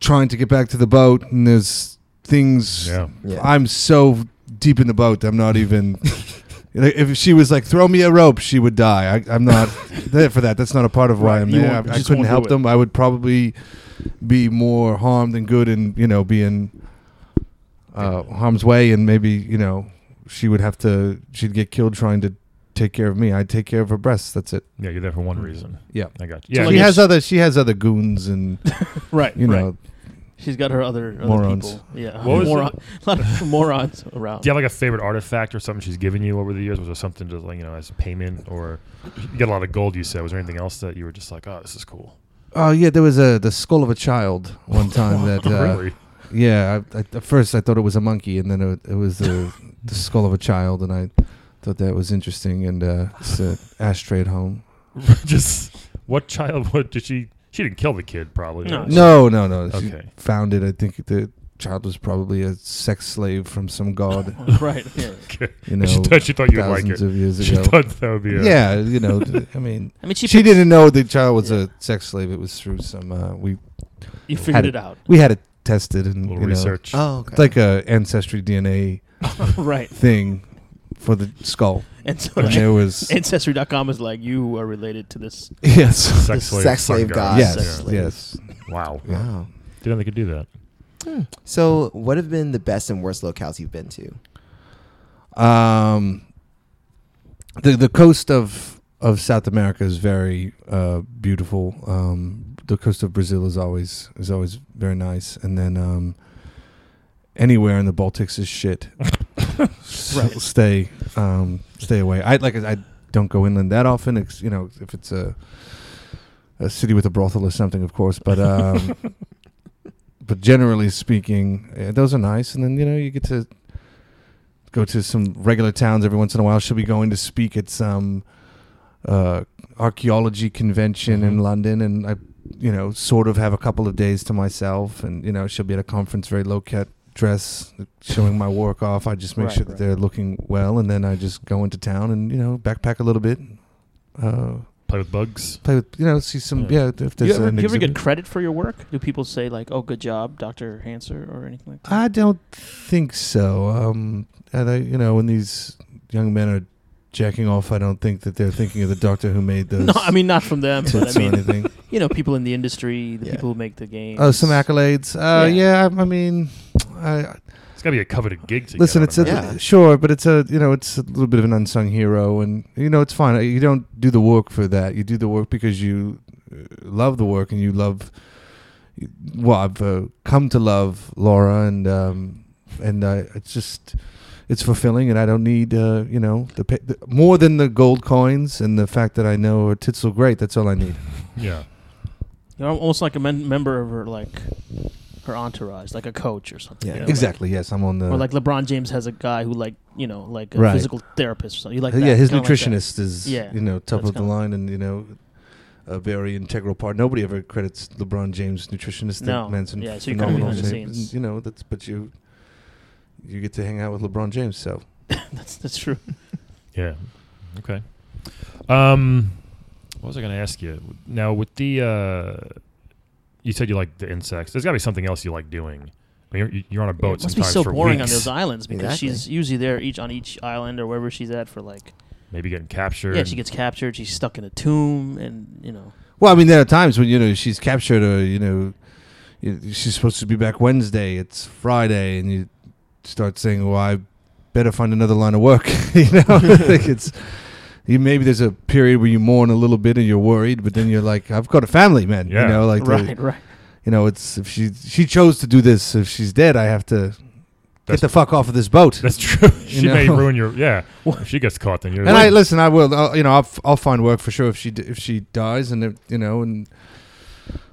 [SPEAKER 5] trying to get back to the boat, and there's things.
[SPEAKER 1] yeah.
[SPEAKER 3] Yeah.
[SPEAKER 5] I'm so deep in the boat. I'm not even. Like, if she was like, "Throw me a rope," she would die. I, I'm not there for that. That's not a part of why
[SPEAKER 4] Right,
[SPEAKER 5] I'm
[SPEAKER 4] you
[SPEAKER 5] there.
[SPEAKER 4] won't- you
[SPEAKER 5] I, I
[SPEAKER 4] just
[SPEAKER 5] couldn't
[SPEAKER 4] won't do
[SPEAKER 5] help
[SPEAKER 4] it.
[SPEAKER 5] them. I would probably be more harmed than good, and you know, be in uh, harm's way, and maybe you know, she would have to. She'd get killed trying to take care of me. I'd take care of her breasts. That's it.
[SPEAKER 1] Yeah. You're there for one reason.
[SPEAKER 5] Yeah.
[SPEAKER 1] I got you. Yeah.
[SPEAKER 4] So
[SPEAKER 1] I
[SPEAKER 5] she
[SPEAKER 1] mean,
[SPEAKER 4] like-
[SPEAKER 5] has other. She has other goons, and
[SPEAKER 4] Right.
[SPEAKER 5] you
[SPEAKER 4] right.
[SPEAKER 5] know,
[SPEAKER 4] She's got her other, other
[SPEAKER 5] Morons.
[SPEAKER 4] people. Yeah,
[SPEAKER 1] What was
[SPEAKER 4] moron, a lot of morons around.
[SPEAKER 1] Do you have like a favorite artifact or something she's given you over the years? Was there something just like you know as payment or you get a lot of gold? You said was there anything else that you were just like, oh, this is cool?
[SPEAKER 5] Oh yeah, there was a the skull of a child one time that. Uh,
[SPEAKER 1] really?
[SPEAKER 5] Yeah, I, I, at first I thought it was a monkey, and then it, it was the, the skull of a child, and I thought that was interesting. And uh, it's an ashtray at home.
[SPEAKER 1] just what child? What did she? She didn't kill the kid, probably.
[SPEAKER 4] No.
[SPEAKER 5] No, no, no. She
[SPEAKER 1] Okay.
[SPEAKER 5] found it. I think the child was probably a sex slave from some god.
[SPEAKER 4] right. Yeah.
[SPEAKER 5] You know,
[SPEAKER 1] she thought she thought you'd like
[SPEAKER 5] thousands
[SPEAKER 1] it.
[SPEAKER 5] of years
[SPEAKER 1] She
[SPEAKER 5] ago.
[SPEAKER 1] thought that would be a,
[SPEAKER 5] yeah, you know, d- I mean,
[SPEAKER 4] I mean, she,
[SPEAKER 5] she didn't know the child was
[SPEAKER 4] Yeah.
[SPEAKER 5] a sex slave. It was through some uh, we
[SPEAKER 4] You figured
[SPEAKER 5] it.
[SPEAKER 4] it out.
[SPEAKER 5] we had it tested and
[SPEAKER 1] little
[SPEAKER 5] you know,
[SPEAKER 1] research.
[SPEAKER 3] Oh, okay.
[SPEAKER 5] it's like a ancestry DNA
[SPEAKER 4] right.
[SPEAKER 5] thing for the skull.
[SPEAKER 4] And so
[SPEAKER 5] And there was
[SPEAKER 4] Ancestry.com is like, you are related to this.
[SPEAKER 5] yes,
[SPEAKER 1] sex slave,
[SPEAKER 3] sex
[SPEAKER 1] sun
[SPEAKER 3] slave
[SPEAKER 1] god.
[SPEAKER 3] god.
[SPEAKER 5] yes,
[SPEAKER 4] sex
[SPEAKER 3] slave.
[SPEAKER 5] yes.
[SPEAKER 1] Yeah. Wow.
[SPEAKER 3] wow.
[SPEAKER 1] Didn't they could do that.
[SPEAKER 3] So, what have been the best and worst locales you've been to?
[SPEAKER 5] Um, the the coast of of South America is very uh, beautiful. Um, the coast of Brazil is always is always very nice, and then um, anywhere in the Baltics is shit. S-
[SPEAKER 4] Right.
[SPEAKER 5] Stay um, stay away. I like I I don't go inland that often. It's, you know, if it's a a city with a brothel or something, of course, but. Um, But generally speaking, eh, those are nice, and then you know you get to go to some regular towns every once in a while. She'll be going to speak at some uh, archaeology convention in London, and I, you know, sort of have a couple of days to myself. And you know, she'll be at a conference, very low cut dress, showing my work off. I just make
[SPEAKER 4] Right,
[SPEAKER 5] sure that
[SPEAKER 4] right.
[SPEAKER 5] they're looking well, and then I just go into town and you know backpack a little bit, uh,
[SPEAKER 1] Play with bugs.
[SPEAKER 5] play with you know see some
[SPEAKER 1] Yeah.
[SPEAKER 5] yeah. if
[SPEAKER 4] Do Mm. you,
[SPEAKER 5] there's
[SPEAKER 4] ever,
[SPEAKER 5] an
[SPEAKER 4] do you ever get
[SPEAKER 5] exhibit.
[SPEAKER 4] credit for your work? Do people say, like, oh, good job, Dr. Hanser, or anything like that?
[SPEAKER 5] I don't think so. Um, and I, you know, when these young men are jacking off, I don't think that they're thinking of the doctor who made those.
[SPEAKER 4] no, I mean, not from them, but
[SPEAKER 5] tits
[SPEAKER 4] I
[SPEAKER 5] or
[SPEAKER 4] mean,
[SPEAKER 5] anything.
[SPEAKER 4] you know, people in the industry, the
[SPEAKER 3] Yeah.
[SPEAKER 4] people who make the game.
[SPEAKER 5] Oh, some accolades.
[SPEAKER 4] Yeah.
[SPEAKER 5] Uh, yeah. I, I mean, I,
[SPEAKER 1] It's got to be a coveted gig. To
[SPEAKER 5] listen.
[SPEAKER 1] get,
[SPEAKER 5] It's a
[SPEAKER 3] Yeah.
[SPEAKER 5] sure, but it's a you know, it's a little bit of an unsung hero, and you know, it's fine. You don't do the work for that. You do the work because you uh, love the work and you love. Well, I've uh, come to love Laura, and um, and uh, it's just it's fulfilling, and I don't need uh, you know the, pa- the more than the gold coins and the fact that I know her tits look great. That's all I need.
[SPEAKER 1] yeah.
[SPEAKER 4] You're al- almost like a men- member of her, like, her entourage, like a coach or something.
[SPEAKER 3] Yeah.
[SPEAKER 4] you know, like-
[SPEAKER 5] Exactly. Yes, I'm on the.
[SPEAKER 4] or like LeBron James has a guy who, like, you know, like a
[SPEAKER 5] Right.
[SPEAKER 4] physical therapist or something. You like that,
[SPEAKER 5] yeah, his
[SPEAKER 4] kinda like that.
[SPEAKER 5] nutritionist is
[SPEAKER 4] Yeah,
[SPEAKER 5] you know top
[SPEAKER 4] that's
[SPEAKER 5] of the
[SPEAKER 4] kinda-
[SPEAKER 5] line and you know a very integral part. Nobody ever credits LeBron James nutritionist. That
[SPEAKER 4] No.
[SPEAKER 5] man's in
[SPEAKER 4] Yeah, so you kinda
[SPEAKER 5] phenomenal
[SPEAKER 4] behind the
[SPEAKER 5] shape.
[SPEAKER 4] scenes.
[SPEAKER 5] And, You know that's but you you get to hang out with LeBron James. So
[SPEAKER 4] that's, that's true.
[SPEAKER 1] Yeah. Okay. Um, what was I going to ask you? Now with the, uh, you said you like the insects. There's got to be something else you like doing. I mean, you're, you're on a boat.
[SPEAKER 4] it must be
[SPEAKER 1] sometimes
[SPEAKER 4] so
[SPEAKER 1] for
[SPEAKER 4] boring on
[SPEAKER 1] weeks.
[SPEAKER 4] those islands because
[SPEAKER 3] Exactly.
[SPEAKER 4] she's usually there each on each island or wherever she's at for like
[SPEAKER 1] Maybe getting captured.
[SPEAKER 4] yeah she gets captured she's stuck in a tomb and you know
[SPEAKER 5] well, I mean there are times when you know she's captured or you know you- she's supposed to be back Wednesday. It's Friday and you start saying, "Well, I better find another line of work." you know, like it's. You, maybe there's a period where you mourn a little bit and you're worried, but then you're like, "I've got a family, man."
[SPEAKER 1] Yeah.
[SPEAKER 5] You know, like the-
[SPEAKER 4] right right
[SPEAKER 5] you know, it's if she she chose to do this. If she's dead, I have to
[SPEAKER 1] That's-
[SPEAKER 5] get the fuck off of this boat.
[SPEAKER 1] That's true. she may
[SPEAKER 5] know?
[SPEAKER 1] ruin your. Yeah.
[SPEAKER 4] Well-
[SPEAKER 1] if she gets caught, then you're.
[SPEAKER 5] and I listen. I will. I'll, you know, I'll, f- I'll find work for sure if she d- if she dies, and if, you know, and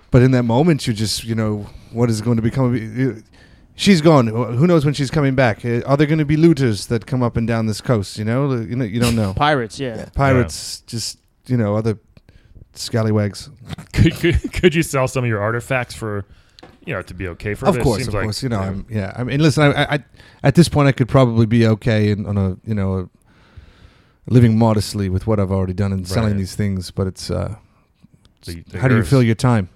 [SPEAKER 5] but in that moment, you just you know what is going to become. of you- She's gone. Wh- Who knows when she's coming back? Uh, Are there going to be looters that come up and down this coast? You know, you know, you don't know.
[SPEAKER 4] pirates yeah,
[SPEAKER 3] Yeah.
[SPEAKER 5] Pirates, just you know, other scallywags.
[SPEAKER 1] could, could, could you sell some of your artifacts for, you know, to be okay for?
[SPEAKER 5] of
[SPEAKER 1] it? It
[SPEAKER 5] course,
[SPEAKER 1] seems
[SPEAKER 5] of
[SPEAKER 1] like,
[SPEAKER 5] course. You know, I'm yeah. I mean, listen, I, I, I at this point I could probably be okay in, on a you know a, living modestly with what I've already done and selling
[SPEAKER 1] Right.
[SPEAKER 5] these things. But it's uh,
[SPEAKER 1] The- the
[SPEAKER 5] how do you
[SPEAKER 1] yours.
[SPEAKER 5] fill your time?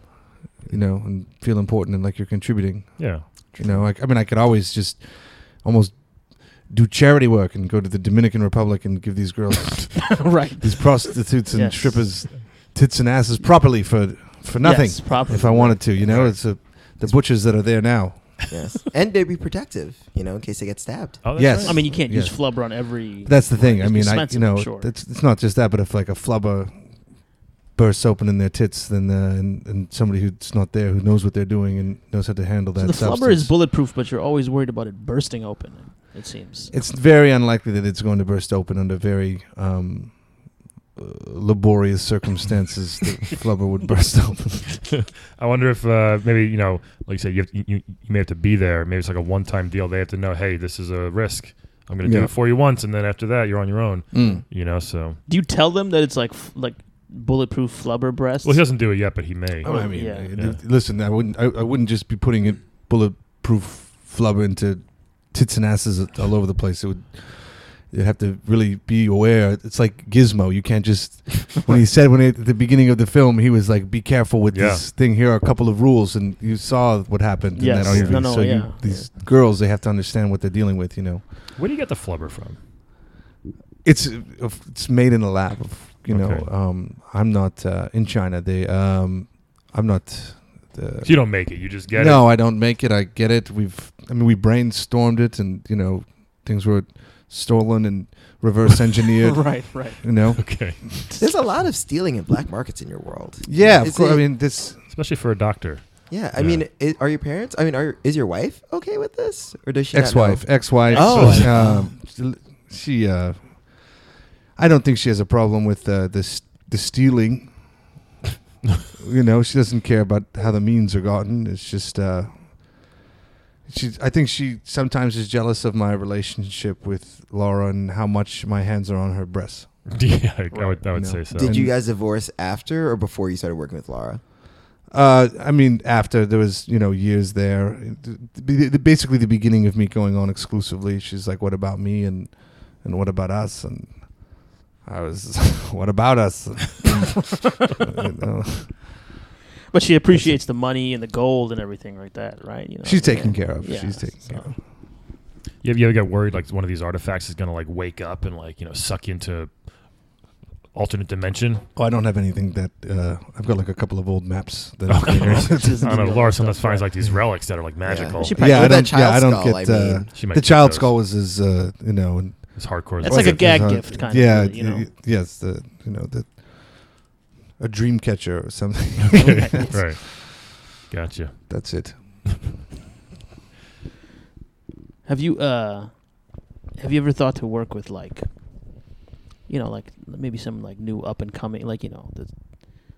[SPEAKER 5] You know, and feel important and like you're contributing.
[SPEAKER 1] Yeah.
[SPEAKER 5] You know, like, I mean, I could always just almost do charity work and go to the Dominican Republic and give these girls,
[SPEAKER 4] right
[SPEAKER 5] these prostitutes and
[SPEAKER 4] Yes.
[SPEAKER 5] strippers, tits and asses properly for for nothing.
[SPEAKER 4] yes, probably
[SPEAKER 5] If I wanted to, you know, it's a, the butchers that are there now.
[SPEAKER 3] Yes. and they'd be protective, you know, in case they get stabbed.
[SPEAKER 1] Oh, that's
[SPEAKER 5] Yes.
[SPEAKER 1] right.
[SPEAKER 4] I mean you can't use
[SPEAKER 5] Yes.
[SPEAKER 4] flubber on every
[SPEAKER 5] That's the thing. I
[SPEAKER 4] It's
[SPEAKER 5] mean, I you
[SPEAKER 4] expensive,
[SPEAKER 5] know,
[SPEAKER 4] I'm sure.
[SPEAKER 5] it's it's not just that, but if like a flubber bursts open in their tits than uh, and, and somebody who's not there who knows what they're doing and knows how to handle
[SPEAKER 4] So
[SPEAKER 5] that.
[SPEAKER 4] the flubber
[SPEAKER 5] substance.
[SPEAKER 4] is bulletproof, but you're always worried about it bursting open. It seems.
[SPEAKER 5] It's very unlikely that it's going to burst open under very um, uh, laborious circumstances. that flubber would burst open.
[SPEAKER 1] I wonder if uh, maybe you know, like you said, you, have you you may have to be there. Maybe it's like a one-time deal. They have to know, hey, this is a risk. I'm going to do
[SPEAKER 5] Yeah.
[SPEAKER 1] it for you once, and then after that, you're on your own.
[SPEAKER 5] Mm.
[SPEAKER 1] You know, so
[SPEAKER 4] Do you tell them that it's like f- like bulletproof flubber breasts?
[SPEAKER 1] well, he doesn't do it yet, but he may.
[SPEAKER 5] I mean,
[SPEAKER 4] Oh, yeah.
[SPEAKER 5] uh,
[SPEAKER 1] Yeah.
[SPEAKER 5] listen, I wouldn't. I, I wouldn't just be putting it bulletproof flubber into tits and asses all over the place. It would. You have to really be aware. It's like Gizmo. You can't just. When he said when he, at the beginning of the film, he was like, "Be careful with
[SPEAKER 1] Yeah.
[SPEAKER 5] this thing. Here are a couple of rules," and you saw what happened. in
[SPEAKER 4] Yes.
[SPEAKER 5] that interview.
[SPEAKER 4] No, no,
[SPEAKER 5] so you-
[SPEAKER 4] yeah.
[SPEAKER 5] these girls, they have to understand what they're dealing with. You know,
[SPEAKER 1] Where do you get the flubber from?
[SPEAKER 5] it's uh, of- it's made in a lab. Of, you know,
[SPEAKER 1] Okay.
[SPEAKER 5] um, I'm not uh, in China. They, um, I'm not. The,
[SPEAKER 1] So you don't make it. You just get
[SPEAKER 5] no, I don't make it. I get it. We've, I mean, we brainstormed it, and you know, things were stolen and reverse engineered.
[SPEAKER 4] right, right.
[SPEAKER 5] You know,
[SPEAKER 1] it. Okay,
[SPEAKER 3] There's a lot of stealing and black markets in your world.
[SPEAKER 5] yeah, of
[SPEAKER 3] It's
[SPEAKER 5] course.
[SPEAKER 3] a-
[SPEAKER 5] I mean, this.
[SPEAKER 1] especially for a doctor.
[SPEAKER 3] yeah. I
[SPEAKER 1] Yeah.
[SPEAKER 3] mean, i are your parents? I mean, are is your wife okay with this, or does she? not know?
[SPEAKER 5] ex-wife, ex-wife.
[SPEAKER 3] Ex-wife.
[SPEAKER 5] um, she. Uh, I don't think she has a problem with uh, this the stealing. you know, she doesn't care about how the means are gotten. It's just. Uh, she, I think she sometimes is jealous of my relationship with Laura and how much my hands are on her breasts.
[SPEAKER 1] yeah, I, I would, I would
[SPEAKER 5] No.
[SPEAKER 1] say so.
[SPEAKER 3] Did you
[SPEAKER 5] And-
[SPEAKER 3] guys divorce after or before you started working with Laura?
[SPEAKER 5] Uh, I mean, after there was you know years there, B- b- basically the beginning of me going on exclusively. She's like, "What about me?" and and what about us? And I was, "What about us?" You know.
[SPEAKER 4] But she appreciates the money and the gold and everything like that, right? You know,
[SPEAKER 5] She's
[SPEAKER 4] yeah.
[SPEAKER 5] taken care of.
[SPEAKER 4] Yeah,
[SPEAKER 5] She's taken
[SPEAKER 4] so-
[SPEAKER 5] care of.
[SPEAKER 1] You ever, you ever get worried like one of these artifacts is going to like wake up and like you know suck you into alternate dimension?
[SPEAKER 5] Oh, I don't have anything that uh, I've got like a couple of old maps that.
[SPEAKER 4] She doesn't
[SPEAKER 1] I don't
[SPEAKER 4] do
[SPEAKER 1] know.
[SPEAKER 4] that
[SPEAKER 1] Laura
[SPEAKER 4] stuff,
[SPEAKER 1] sometimes finds
[SPEAKER 4] right.
[SPEAKER 1] like these relics that are like magical.
[SPEAKER 4] She
[SPEAKER 1] She
[SPEAKER 4] probably-
[SPEAKER 5] yeah,
[SPEAKER 3] Or
[SPEAKER 5] I
[SPEAKER 3] that
[SPEAKER 5] don't. Yeah, I
[SPEAKER 3] child
[SPEAKER 5] don't
[SPEAKER 3] skull,
[SPEAKER 5] get.
[SPEAKER 3] I
[SPEAKER 5] uh,
[SPEAKER 3] mean.
[SPEAKER 1] She might
[SPEAKER 5] the
[SPEAKER 1] get
[SPEAKER 5] child
[SPEAKER 1] those.
[SPEAKER 5] skull was his, uh, you know, and
[SPEAKER 1] it's hardcore. as
[SPEAKER 4] That's
[SPEAKER 1] fuck.
[SPEAKER 4] like a
[SPEAKER 5] Well,
[SPEAKER 4] gag
[SPEAKER 5] there's
[SPEAKER 4] gift kind of,
[SPEAKER 5] yeah,
[SPEAKER 4] really, you know?
[SPEAKER 5] y- yes, the you know the a dream catcher or something.
[SPEAKER 1] right. Gotcha.
[SPEAKER 5] That's it.
[SPEAKER 4] Have you uh, have you ever thought to work with like, you know, like maybe some like new up and coming, like you know, the,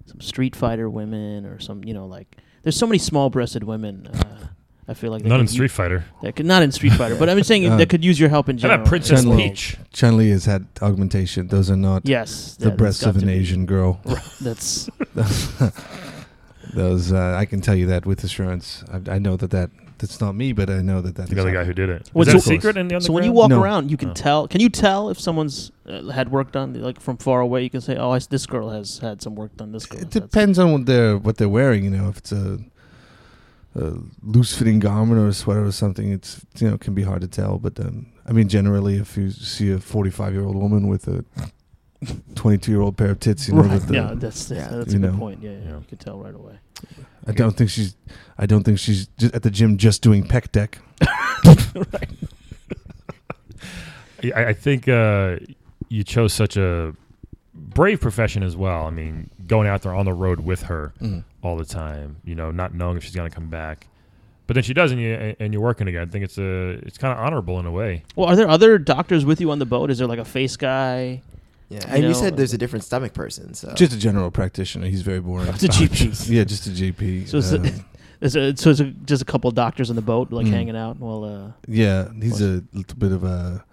[SPEAKER 4] some Street Fighter women or some, you know, like there's so many small-breasted women. Uh, I feel like they
[SPEAKER 1] Not in
[SPEAKER 4] could
[SPEAKER 1] Street
[SPEAKER 4] u-
[SPEAKER 1] Fighter.
[SPEAKER 4] that could, not in Street Fighter, but I'm saying
[SPEAKER 5] Uh,
[SPEAKER 4] that could use your help in
[SPEAKER 1] How
[SPEAKER 4] general.
[SPEAKER 1] about Princess
[SPEAKER 5] General.
[SPEAKER 1] Peach?
[SPEAKER 5] Chun Li has had augmentation. Those are not
[SPEAKER 4] Yes,
[SPEAKER 5] the
[SPEAKER 4] that-
[SPEAKER 5] breasts
[SPEAKER 4] that's
[SPEAKER 5] of
[SPEAKER 4] got
[SPEAKER 5] an
[SPEAKER 4] to be-
[SPEAKER 5] Asian girl.
[SPEAKER 4] That's
[SPEAKER 5] Those uh, I can tell you that with assurance. I, I know that that that's not me, but I know that that's
[SPEAKER 1] The other guy who did it. Is
[SPEAKER 4] What's
[SPEAKER 1] that a
[SPEAKER 4] your-
[SPEAKER 1] secret in the
[SPEAKER 4] so when you
[SPEAKER 1] underground?
[SPEAKER 4] walk
[SPEAKER 5] No.
[SPEAKER 4] around, you can
[SPEAKER 1] Oh.
[SPEAKER 4] tell. Can you tell if someone's uh, had work done, like from far away? You can say, "Oh, I s this girl has had some work done." This girl.
[SPEAKER 5] It
[SPEAKER 4] has had some-
[SPEAKER 5] depends on what they're what they're wearing. You know, if it's a, a loose fitting garment or a sweater or something, it's you know can be hard to tell. But um, I mean, generally, if you see a forty five year old woman with a twenty two year old pair of tits, you know,
[SPEAKER 4] Right.
[SPEAKER 5] that the-
[SPEAKER 4] yeah, that's
[SPEAKER 3] Yeah.
[SPEAKER 4] that's a
[SPEAKER 5] You
[SPEAKER 4] good
[SPEAKER 5] know.
[SPEAKER 4] point. Yeah, yeah,
[SPEAKER 1] Yeah.
[SPEAKER 4] you can tell right away.
[SPEAKER 5] I don't think she's I don't think she's ju- at the gym just doing pec deck.
[SPEAKER 1] I, I think uh, you chose such a brave profession as well. I mean, going out there on the road with her all the time, you know, not knowing if she's going to come back. But then she does, and, you, and you're working again. I think it's a, it's kind of honorable in a way.
[SPEAKER 4] Well, are there other doctors with you on the boat? Is there like a face guy?
[SPEAKER 3] Yeah,
[SPEAKER 4] You
[SPEAKER 3] and you
[SPEAKER 4] know,
[SPEAKER 3] said there's a different stomach person. So
[SPEAKER 5] Just a general practitioner. He's very boring.
[SPEAKER 4] It's a GP.
[SPEAKER 5] yeah, just a GP.
[SPEAKER 4] So it's a-
[SPEAKER 5] Um,
[SPEAKER 4] Is it, so it's a, just a couple of doctors on the boat, like
[SPEAKER 5] Mm.
[SPEAKER 4] hanging out. uh, oh, Well,
[SPEAKER 5] yeah, he's a little bit of a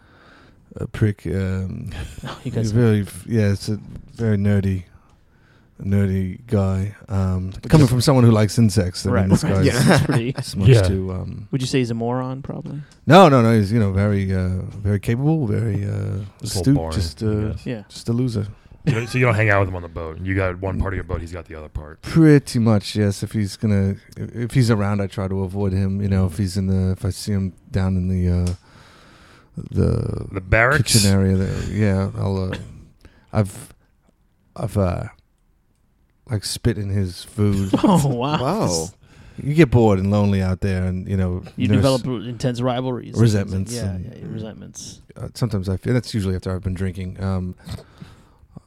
[SPEAKER 5] a prick. Um,
[SPEAKER 4] uh, you
[SPEAKER 5] He's
[SPEAKER 4] guys.
[SPEAKER 5] very yeah, it's a very nerdy, nerdy guy. Um, coming from someone who likes insects, I
[SPEAKER 4] Right,
[SPEAKER 5] mean, this
[SPEAKER 4] right.
[SPEAKER 5] guy's
[SPEAKER 3] Yeah.
[SPEAKER 4] It's pretty-
[SPEAKER 5] so much
[SPEAKER 1] Yeah.
[SPEAKER 5] to. Um,
[SPEAKER 4] Would you say he's a moron? Probably.
[SPEAKER 5] no, no, no. He's you know very, uh, very capable, very uh,
[SPEAKER 1] Just a little
[SPEAKER 5] astute,
[SPEAKER 1] boring,
[SPEAKER 5] just
[SPEAKER 1] I
[SPEAKER 5] uh,
[SPEAKER 1] guess.
[SPEAKER 4] Yeah.
[SPEAKER 5] just a loser.
[SPEAKER 1] You know, so you don't hang out with him on the boat. You got one part of your boat, he's got the other part.
[SPEAKER 5] Pretty much, yes. If he's gonna, if he's around, I try to avoid him. You know, if he's in the, if I see him down in the, uh, the
[SPEAKER 1] The barracks.
[SPEAKER 5] kitchen area there. Yeah, I'll. Uh, I've, I've, uh, like spit in his food.
[SPEAKER 4] Oh wow.
[SPEAKER 3] wow,
[SPEAKER 5] you get bored and lonely out there, and you know
[SPEAKER 4] You
[SPEAKER 5] nurse-
[SPEAKER 4] develop r- intense rivalries,
[SPEAKER 5] Resentments
[SPEAKER 4] Yeah,
[SPEAKER 5] and-
[SPEAKER 4] yeah, yeah, resentments.
[SPEAKER 5] Uh, sometimes I feel that's usually after I've been drinking. Um,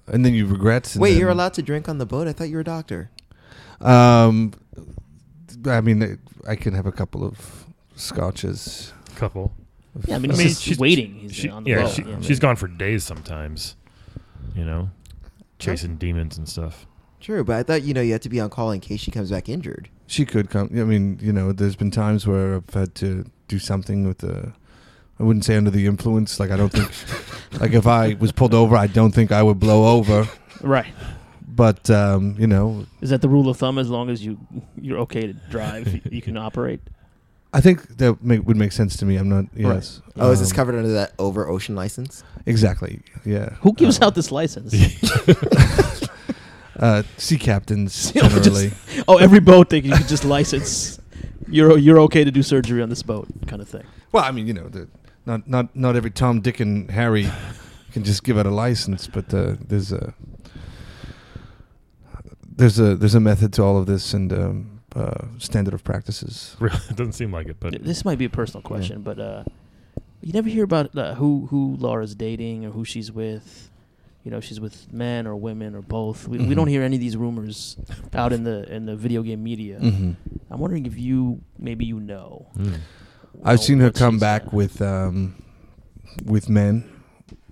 [SPEAKER 5] and then you regrets. and
[SPEAKER 3] Wait,
[SPEAKER 5] then-
[SPEAKER 3] you're allowed to drink on the boat? I thought you were a doctor.
[SPEAKER 5] Um, I mean, I can have a couple of scotches.
[SPEAKER 1] Couple.
[SPEAKER 4] Yeah, I mean,
[SPEAKER 1] I
[SPEAKER 4] he's
[SPEAKER 1] mean,
[SPEAKER 4] just
[SPEAKER 1] she's-
[SPEAKER 4] waiting. He's
[SPEAKER 1] She,
[SPEAKER 4] on the
[SPEAKER 1] yeah,
[SPEAKER 4] boat.
[SPEAKER 1] she,
[SPEAKER 4] yeah.
[SPEAKER 1] she's gone for days sometimes. You know, chasing demons and stuff.
[SPEAKER 3] True, but I thought you know you had to be on call in case she comes back injured.
[SPEAKER 5] She could come. I mean, you know, there's been times where I've had to do something with the. I wouldn't say under the influence. Like I don't think, like if I was pulled over, I don't think I would blow over.
[SPEAKER 4] Right.
[SPEAKER 5] But um, you know,
[SPEAKER 4] Is that the rule of thumb? As long as you you're okay to drive, you can operate.
[SPEAKER 5] I think that make, would make sense to me. I'm not. Yes.
[SPEAKER 3] Oh, is this
[SPEAKER 5] Um,
[SPEAKER 3] covered under that over ocean license?
[SPEAKER 5] Exactly. Yeah.
[SPEAKER 4] Who gives
[SPEAKER 5] Uh,
[SPEAKER 4] out this license?
[SPEAKER 5] Uh, sea captains
[SPEAKER 4] You know, just-
[SPEAKER 5] generally.
[SPEAKER 4] oh, every boat they can, you can just license. You're o- you're okay to do surgery on this boat, kind of thing.
[SPEAKER 5] Well, I mean, you know, the, not not not every Tom, Dick, and Harry can just give out a license, but uh, there's a there's a there's a method to all of this and um, uh, standard of practices.
[SPEAKER 1] Really, it doesn't seem like it, but
[SPEAKER 4] this might be a personal question, but uh, you never hear about uh, who who Laura's dating or who she's with. You know, she's with men or women or both. We, we don't
[SPEAKER 5] Mhm.
[SPEAKER 4] hear any of these rumors out in the in the video game media.
[SPEAKER 5] Mm-hmm.
[SPEAKER 4] I'm wondering if you maybe you know.
[SPEAKER 1] Mm.
[SPEAKER 5] I've
[SPEAKER 4] know
[SPEAKER 5] seen her
[SPEAKER 4] what
[SPEAKER 5] come
[SPEAKER 4] she's,
[SPEAKER 5] back
[SPEAKER 4] uh,
[SPEAKER 5] with um, with men,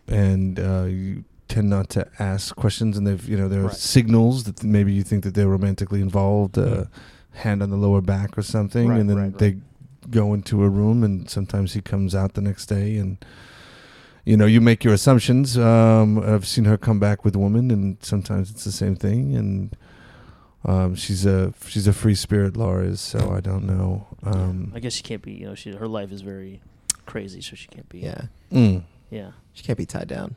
[SPEAKER 5] and uh, you tend not to ask questions. And they've you know there are
[SPEAKER 4] Right.
[SPEAKER 5] signals that maybe you think that they're romantically involved, uh,
[SPEAKER 1] Mm.
[SPEAKER 5] hand on the lower back or something,
[SPEAKER 4] Hmm. Right,
[SPEAKER 5] and then
[SPEAKER 4] right,
[SPEAKER 5] they go into a room. And sometimes he comes out the next day, and you know you make your assumptions. Um, I've seen her come back with women, and sometimes it's the same thing. And um, she's a she's a free spirit, Laura is. So I don't know. Um,
[SPEAKER 4] I guess she can't be. You know, she her life is very crazy, so she can't be.
[SPEAKER 3] Yeah,
[SPEAKER 5] mm.
[SPEAKER 4] Yeah.
[SPEAKER 3] she can't be tied down.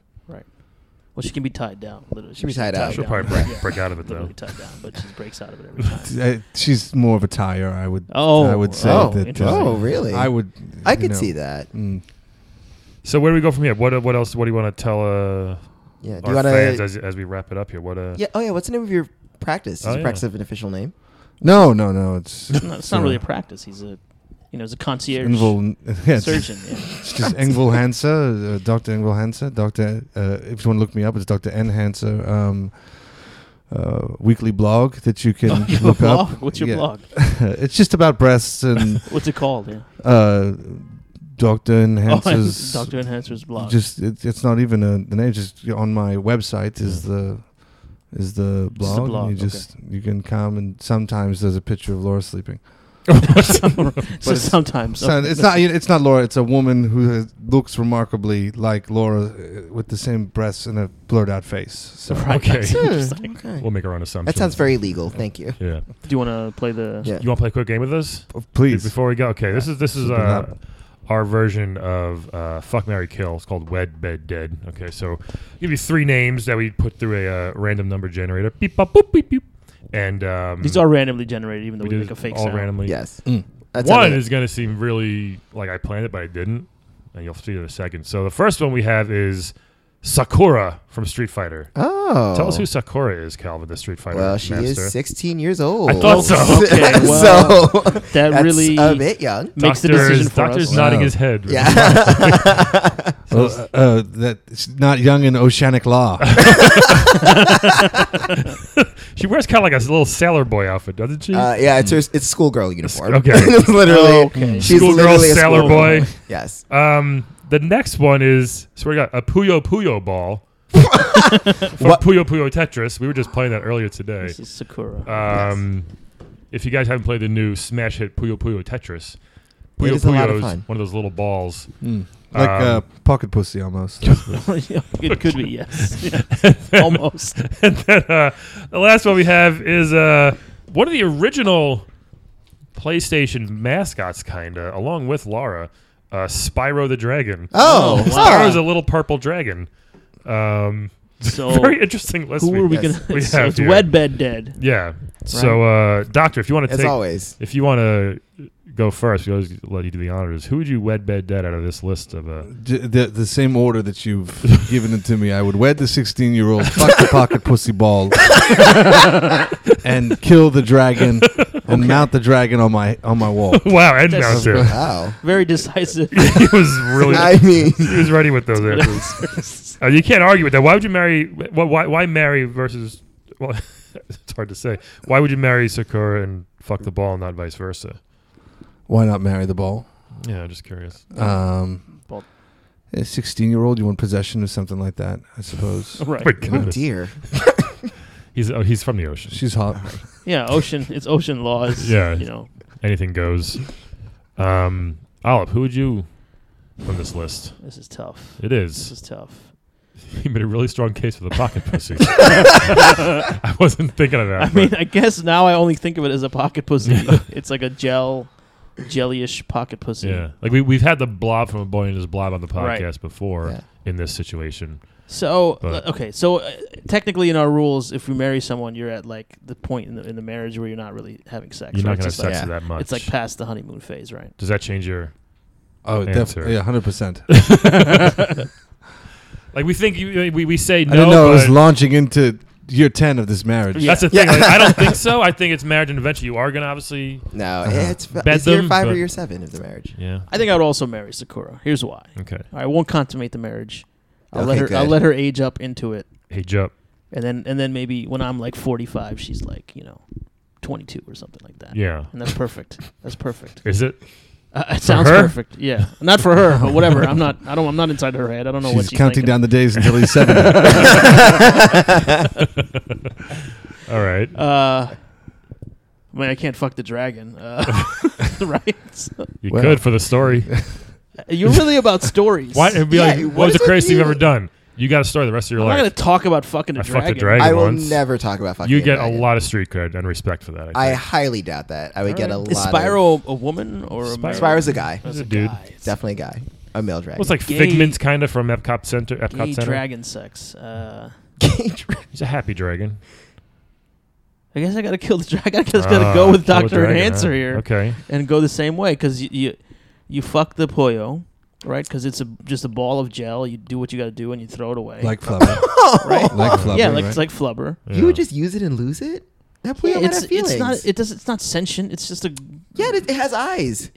[SPEAKER 4] Well, she can be tied down. Literally,
[SPEAKER 3] She can be tied
[SPEAKER 4] down.
[SPEAKER 3] out.
[SPEAKER 1] she'll probably break,
[SPEAKER 4] Yeah.
[SPEAKER 1] break out of it though.
[SPEAKER 4] Literally tied down, but she breaks out of it every time.
[SPEAKER 5] I- she's more of a tire. I would.
[SPEAKER 4] Oh,
[SPEAKER 5] I would say
[SPEAKER 4] oh,
[SPEAKER 5] that.
[SPEAKER 4] interesting.
[SPEAKER 5] Uh,
[SPEAKER 3] Oh, really?
[SPEAKER 5] I would.
[SPEAKER 3] I
[SPEAKER 5] you
[SPEAKER 3] could
[SPEAKER 5] know,
[SPEAKER 3] see that.
[SPEAKER 5] mm.
[SPEAKER 1] So where do we go from here? What uh, what else? What do you want to tell uh,
[SPEAKER 3] Yeah. Do
[SPEAKER 1] our
[SPEAKER 3] you want
[SPEAKER 1] fans
[SPEAKER 3] to?
[SPEAKER 1] as, as we wrap it up here? What uh,
[SPEAKER 3] Yeah. Oh yeah. What's the name of your practice? Is
[SPEAKER 1] Oh,
[SPEAKER 3] your
[SPEAKER 1] yeah.
[SPEAKER 3] practice have an official name?
[SPEAKER 5] No, no, no. It's
[SPEAKER 4] No, it's not really a practice. He's a, you know, he's a concierge
[SPEAKER 5] Engvall, yeah, it's-
[SPEAKER 4] surgeon. yeah.
[SPEAKER 5] It's just Engvall Hansa, uh, Doctor Engvall Hansa, Doctor. Uh, if you want to look me up, it's Doctor N Hansa. Um, uh, weekly blog that you can
[SPEAKER 4] You have a
[SPEAKER 5] look
[SPEAKER 4] blog?
[SPEAKER 5] up.
[SPEAKER 4] What's your
[SPEAKER 5] Yeah.
[SPEAKER 4] blog?
[SPEAKER 5] it's just about breasts and
[SPEAKER 4] What's it called? Yeah.
[SPEAKER 5] uh, Doctor N Hansa's.
[SPEAKER 4] Oh, Doctor Enhancer's blog.
[SPEAKER 5] Just it, it's not even a the name. Just on my website is the is the
[SPEAKER 4] Just
[SPEAKER 5] blog.
[SPEAKER 4] the
[SPEAKER 5] and
[SPEAKER 4] blog,
[SPEAKER 5] You
[SPEAKER 4] okay.
[SPEAKER 5] just you can come and sometimes there's a picture of Laura sleeping.
[SPEAKER 4] so
[SPEAKER 5] it's-
[SPEAKER 4] sometimes
[SPEAKER 5] So it's not it's not Laura. It's a woman who has- looks remarkably like Laura uh, with the same breasts and a blurred out face. So
[SPEAKER 4] Right.
[SPEAKER 1] Okay.
[SPEAKER 4] It's just like-
[SPEAKER 3] Hmm, Okay.
[SPEAKER 1] We'll make our own assumptions.
[SPEAKER 3] That sounds very legal. Thank you.
[SPEAKER 1] Yeah.
[SPEAKER 4] Do you want to play the?
[SPEAKER 3] Yeah.
[SPEAKER 1] You want to play a quick game with us?
[SPEAKER 5] p- oh, please,
[SPEAKER 1] Before we go, okay. This is this is
[SPEAKER 5] Open
[SPEAKER 1] uh,
[SPEAKER 5] up.
[SPEAKER 1] our version of uh, fuck Mary Kill. It's called Wed Bed Dead. Okay, so give you three names that we put through a uh, random number generator. Beep, bop, boop, beep, beep. And um,
[SPEAKER 4] These are randomly generated, even though
[SPEAKER 1] we
[SPEAKER 4] we,
[SPEAKER 1] did
[SPEAKER 4] make a fake
[SPEAKER 1] all
[SPEAKER 4] sound.
[SPEAKER 1] randomly.
[SPEAKER 3] Yes.
[SPEAKER 5] Mm.
[SPEAKER 3] That's how
[SPEAKER 1] Hmm. one
[SPEAKER 3] it-
[SPEAKER 1] is going to seem really like I planned it, but I didn't, and you'll see it in a second. So the first one we have is Sakura from Street Fighter.
[SPEAKER 3] Oh.
[SPEAKER 1] Tell us who Sakura is, Calvin, the Street Fighter.
[SPEAKER 3] Well, she
[SPEAKER 1] master.
[SPEAKER 3] is 16 years old.
[SPEAKER 1] I thought so.
[SPEAKER 4] Okay, well,
[SPEAKER 3] so
[SPEAKER 4] that
[SPEAKER 3] that's
[SPEAKER 4] really
[SPEAKER 3] a bit young.
[SPEAKER 4] makes the
[SPEAKER 1] Doctor is-
[SPEAKER 4] decision for
[SPEAKER 1] Doctor's
[SPEAKER 4] us.
[SPEAKER 1] nodding
[SPEAKER 5] Wow.
[SPEAKER 1] his head. really
[SPEAKER 3] Yeah.
[SPEAKER 5] Well, uh, uh, that it's not young in oceanic law.
[SPEAKER 1] She wears kind of like a little sailor boy outfit, doesn't she?
[SPEAKER 3] Uh, yeah, it's her, it's schoolgirl uniform.
[SPEAKER 1] Okay. Oh,
[SPEAKER 3] It's literally,
[SPEAKER 4] Okay.
[SPEAKER 3] she's
[SPEAKER 1] Schoolgirl,
[SPEAKER 3] literally a
[SPEAKER 1] sailor
[SPEAKER 3] schoolgirl.
[SPEAKER 1] boy.
[SPEAKER 3] Yes.
[SPEAKER 1] um, the next one is so we got a Puyo Puyo ball from
[SPEAKER 3] What-
[SPEAKER 1] Puyo Puyo Tetris. We were just playing that earlier today.
[SPEAKER 4] This is Sakura.
[SPEAKER 1] Um, If you guys haven't played the new smash hit Puyo Puyo Tetris,
[SPEAKER 3] It
[SPEAKER 1] Puyo
[SPEAKER 3] is a lot of
[SPEAKER 1] Puyo's
[SPEAKER 3] fun.
[SPEAKER 1] one of those little balls.
[SPEAKER 5] Mm. Like
[SPEAKER 1] Um,
[SPEAKER 5] uh, pocket pussy almost.
[SPEAKER 4] it could be yes, almost.
[SPEAKER 1] and then uh, the last one we have is uh, one of the original PlayStation mascots, kinda, along with Lara, uh, Spyro the Dragon.
[SPEAKER 3] Oh,
[SPEAKER 4] Oh, wow.
[SPEAKER 1] Spyro's
[SPEAKER 3] wow.
[SPEAKER 1] a little purple dragon. Um,
[SPEAKER 4] So
[SPEAKER 1] very interesting list.
[SPEAKER 4] who are we
[SPEAKER 3] Yes.
[SPEAKER 4] gonna?
[SPEAKER 1] We
[SPEAKER 4] so
[SPEAKER 1] have
[SPEAKER 4] it's
[SPEAKER 1] here.
[SPEAKER 4] Wed Bed Dead.
[SPEAKER 1] Yeah. So, uh, Doctor, if you want to
[SPEAKER 3] as
[SPEAKER 1] take,
[SPEAKER 3] always.
[SPEAKER 1] if you want to go first. We always let you do the honors. Who would you wed, bed, dead out of this list of? Uh,
[SPEAKER 5] D- the, the same order that you've given it to me. I would wed the 16 year old, fuck the pocket pussy ball, and kill the dragon and mount the dragon on my on my wall.
[SPEAKER 1] wow, and down
[SPEAKER 4] That's-
[SPEAKER 1] too.
[SPEAKER 3] Wow.
[SPEAKER 4] Very decisive.
[SPEAKER 1] he was really.
[SPEAKER 3] I mean,
[SPEAKER 1] he was ready with those answers. Uh, you can't argue with that. Why would you marry? Why why, why marry versus? Well, it's hard to say. Why would you marry Sakura and fuck the ball, and not vice versa?
[SPEAKER 5] Why not marry the ball?
[SPEAKER 1] Yeah, I'm just curious.
[SPEAKER 5] Um,
[SPEAKER 4] Ball.
[SPEAKER 5] a 16 year old, you want possession or something like that, I suppose.
[SPEAKER 4] right.
[SPEAKER 1] My
[SPEAKER 3] oh
[SPEAKER 1] goodness.
[SPEAKER 3] dear.
[SPEAKER 1] he's oh, he's from the ocean.
[SPEAKER 5] She's hot.
[SPEAKER 4] Yeah, ocean. It's ocean laws.
[SPEAKER 1] Yeah.
[SPEAKER 4] You know,
[SPEAKER 1] Anything goes. Um, Olive, who would you from this list?
[SPEAKER 4] this is tough.
[SPEAKER 1] It
[SPEAKER 4] This
[SPEAKER 1] is.
[SPEAKER 4] is tough.
[SPEAKER 1] He made a really strong case for the pocket pussy. I wasn't thinking of that.
[SPEAKER 4] I
[SPEAKER 1] but-
[SPEAKER 4] mean, I guess now I only think of it as a pocket pussy. it's like a gel, jellyish pocket pussy.
[SPEAKER 1] yeah, like we we've had the blob from a boy and his blob on the podcast
[SPEAKER 4] Right.
[SPEAKER 1] before
[SPEAKER 3] Yeah.
[SPEAKER 1] in this situation.
[SPEAKER 4] So
[SPEAKER 1] But-
[SPEAKER 4] uh, okay, so uh, technically in our rules, if you marry someone, you're at like the point in the in the marriage where you're not really having sex.
[SPEAKER 1] You're
[SPEAKER 4] right?
[SPEAKER 1] not gonna have
[SPEAKER 4] It's just
[SPEAKER 1] sex
[SPEAKER 3] Yeah.
[SPEAKER 1] with that much.
[SPEAKER 4] Like, it's like past the honeymoon phase, right?
[SPEAKER 1] Does that change your
[SPEAKER 5] Oh,
[SPEAKER 1] Answer.
[SPEAKER 5] definitely. Yeah, 100%.
[SPEAKER 1] Like we think you, we, we say no.
[SPEAKER 5] I didn't know I was
[SPEAKER 1] but
[SPEAKER 5] launching into year 10 of this marriage.
[SPEAKER 1] That's the thing. Like, I don't think so. I think it's marriage, and eventually you are gonna obviously.
[SPEAKER 3] No,
[SPEAKER 5] Uh-huh.
[SPEAKER 3] it's,
[SPEAKER 1] Bet
[SPEAKER 3] it's year
[SPEAKER 1] them,
[SPEAKER 3] five or
[SPEAKER 1] but-
[SPEAKER 3] year seven of the marriage.
[SPEAKER 1] Yeah.
[SPEAKER 4] I think I would also marry Sakura. Here's why.
[SPEAKER 1] Okay.
[SPEAKER 4] I won't consummate the marriage. I'll let
[SPEAKER 3] Okay,
[SPEAKER 4] her. I'll
[SPEAKER 3] good.
[SPEAKER 4] let her age up into it,
[SPEAKER 1] Hey, Jup.
[SPEAKER 4] and then and then maybe when I'm like 45, she's like you know, 22 or something like that.
[SPEAKER 1] Yeah.
[SPEAKER 4] And that's perfect. That's perfect.
[SPEAKER 1] Is it?
[SPEAKER 4] Uh, it sounds
[SPEAKER 1] her?
[SPEAKER 4] perfect. Yeah, not for her, but whatever. I'm not. I don't. I'm not inside her head. I don't know what
[SPEAKER 5] She's
[SPEAKER 4] she's
[SPEAKER 5] counting
[SPEAKER 4] thinking.
[SPEAKER 5] down the days until he's 70.
[SPEAKER 1] All right.
[SPEAKER 4] Uh, I mean, I can't fuck the dragon, uh, right? So-
[SPEAKER 1] You
[SPEAKER 5] well.
[SPEAKER 1] could for the story.
[SPEAKER 4] you're really about stories.
[SPEAKER 1] Why? It'd be
[SPEAKER 3] Yeah,
[SPEAKER 1] like,
[SPEAKER 3] what
[SPEAKER 1] what, was the
[SPEAKER 3] does it
[SPEAKER 1] craziest thing you've
[SPEAKER 3] mean?
[SPEAKER 1] ever done? You got a story the rest of your
[SPEAKER 4] I'm not
[SPEAKER 1] life.
[SPEAKER 4] gonna talk about fucking a
[SPEAKER 1] I
[SPEAKER 4] dragon.
[SPEAKER 1] fucked a dragon.
[SPEAKER 3] I will
[SPEAKER 1] once.
[SPEAKER 3] never talk about fucking.
[SPEAKER 1] you get a
[SPEAKER 3] dragon.
[SPEAKER 1] lot of street cred and respect for that. I,
[SPEAKER 3] I
[SPEAKER 1] think.
[SPEAKER 3] highly doubt that. I would get a lot.
[SPEAKER 4] Is
[SPEAKER 3] Of,
[SPEAKER 4] Spyro a woman or a
[SPEAKER 1] Spyro-
[SPEAKER 4] man?
[SPEAKER 3] Spyro's a guy.
[SPEAKER 1] He's
[SPEAKER 4] That's
[SPEAKER 1] a dude.
[SPEAKER 4] guy. It's
[SPEAKER 3] Definitely a guy. A male dragon.
[SPEAKER 1] Well, it's like
[SPEAKER 4] Gay-
[SPEAKER 1] Figment's kind of from Epcot Center. Epcot
[SPEAKER 4] Gay
[SPEAKER 1] Center.
[SPEAKER 4] dragon sex. Uh,
[SPEAKER 3] Gay dragon.
[SPEAKER 1] He's a happy dragon.
[SPEAKER 4] I guess I gotta kill the dragon. I guess I gotta
[SPEAKER 1] Ah,
[SPEAKER 4] go with
[SPEAKER 1] kill a
[SPEAKER 4] Doctor
[SPEAKER 1] dragon,
[SPEAKER 4] Enhancer
[SPEAKER 1] huh?
[SPEAKER 4] here
[SPEAKER 1] Okay.
[SPEAKER 4] and go the same way because you, you you fuck the pollo, right? Because it's a, just a ball of gel. You do what you gotta do and you throw it away.
[SPEAKER 5] like flubber.
[SPEAKER 4] right?
[SPEAKER 5] Like flubber.
[SPEAKER 4] yeah, like
[SPEAKER 5] right?
[SPEAKER 4] it's like flubber.
[SPEAKER 1] Yeah.
[SPEAKER 3] You would just use it and lose it. That boy
[SPEAKER 4] Yeah,
[SPEAKER 3] yeah,
[SPEAKER 4] it's
[SPEAKER 3] have feelings.
[SPEAKER 4] it's not it does it's not sentient. It's just a
[SPEAKER 3] yeah, it, it has eyes.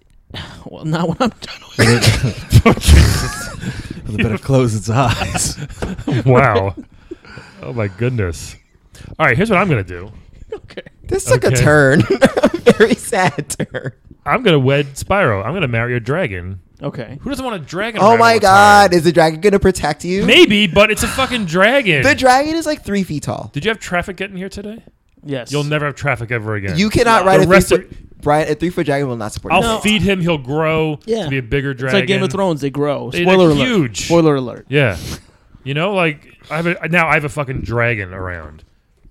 [SPEAKER 4] well not when I'm done with.
[SPEAKER 5] Well, it better close its eyes.
[SPEAKER 1] wow. Oh my goodness. All right. Here's what I'm gonna do.
[SPEAKER 4] Okay.
[SPEAKER 3] This took
[SPEAKER 1] Okay.
[SPEAKER 3] a turn. a very sad turn.
[SPEAKER 1] I'm gonna wed Spyro. I'm gonna marry a dragon.
[SPEAKER 4] Okay.
[SPEAKER 1] Who doesn't want a dragon?
[SPEAKER 3] Oh
[SPEAKER 1] around all
[SPEAKER 3] my
[SPEAKER 1] the
[SPEAKER 3] god,
[SPEAKER 1] time?
[SPEAKER 3] is the dragon gonna protect you?
[SPEAKER 1] Maybe, but it's a fucking dragon.
[SPEAKER 3] The dragon is like three feet tall.
[SPEAKER 1] Did you have traffic getting here today?
[SPEAKER 4] Yes.
[SPEAKER 1] You'll never have traffic ever again.
[SPEAKER 3] You cannot
[SPEAKER 1] The
[SPEAKER 3] ride a three
[SPEAKER 1] rest of-
[SPEAKER 3] foot Brian a three foot dragon will not support
[SPEAKER 1] I'll
[SPEAKER 3] you.
[SPEAKER 4] No.
[SPEAKER 1] feed him. He'll grow
[SPEAKER 4] Yeah.
[SPEAKER 1] to be a bigger
[SPEAKER 4] It's
[SPEAKER 1] dragon.
[SPEAKER 4] like Game of Thrones. They grow.
[SPEAKER 1] They-
[SPEAKER 4] Spoiler
[SPEAKER 1] they're
[SPEAKER 4] alert.
[SPEAKER 1] huge.
[SPEAKER 4] Spoiler alert.
[SPEAKER 1] Yeah. You know, like I have a, now I have a fucking dragon around.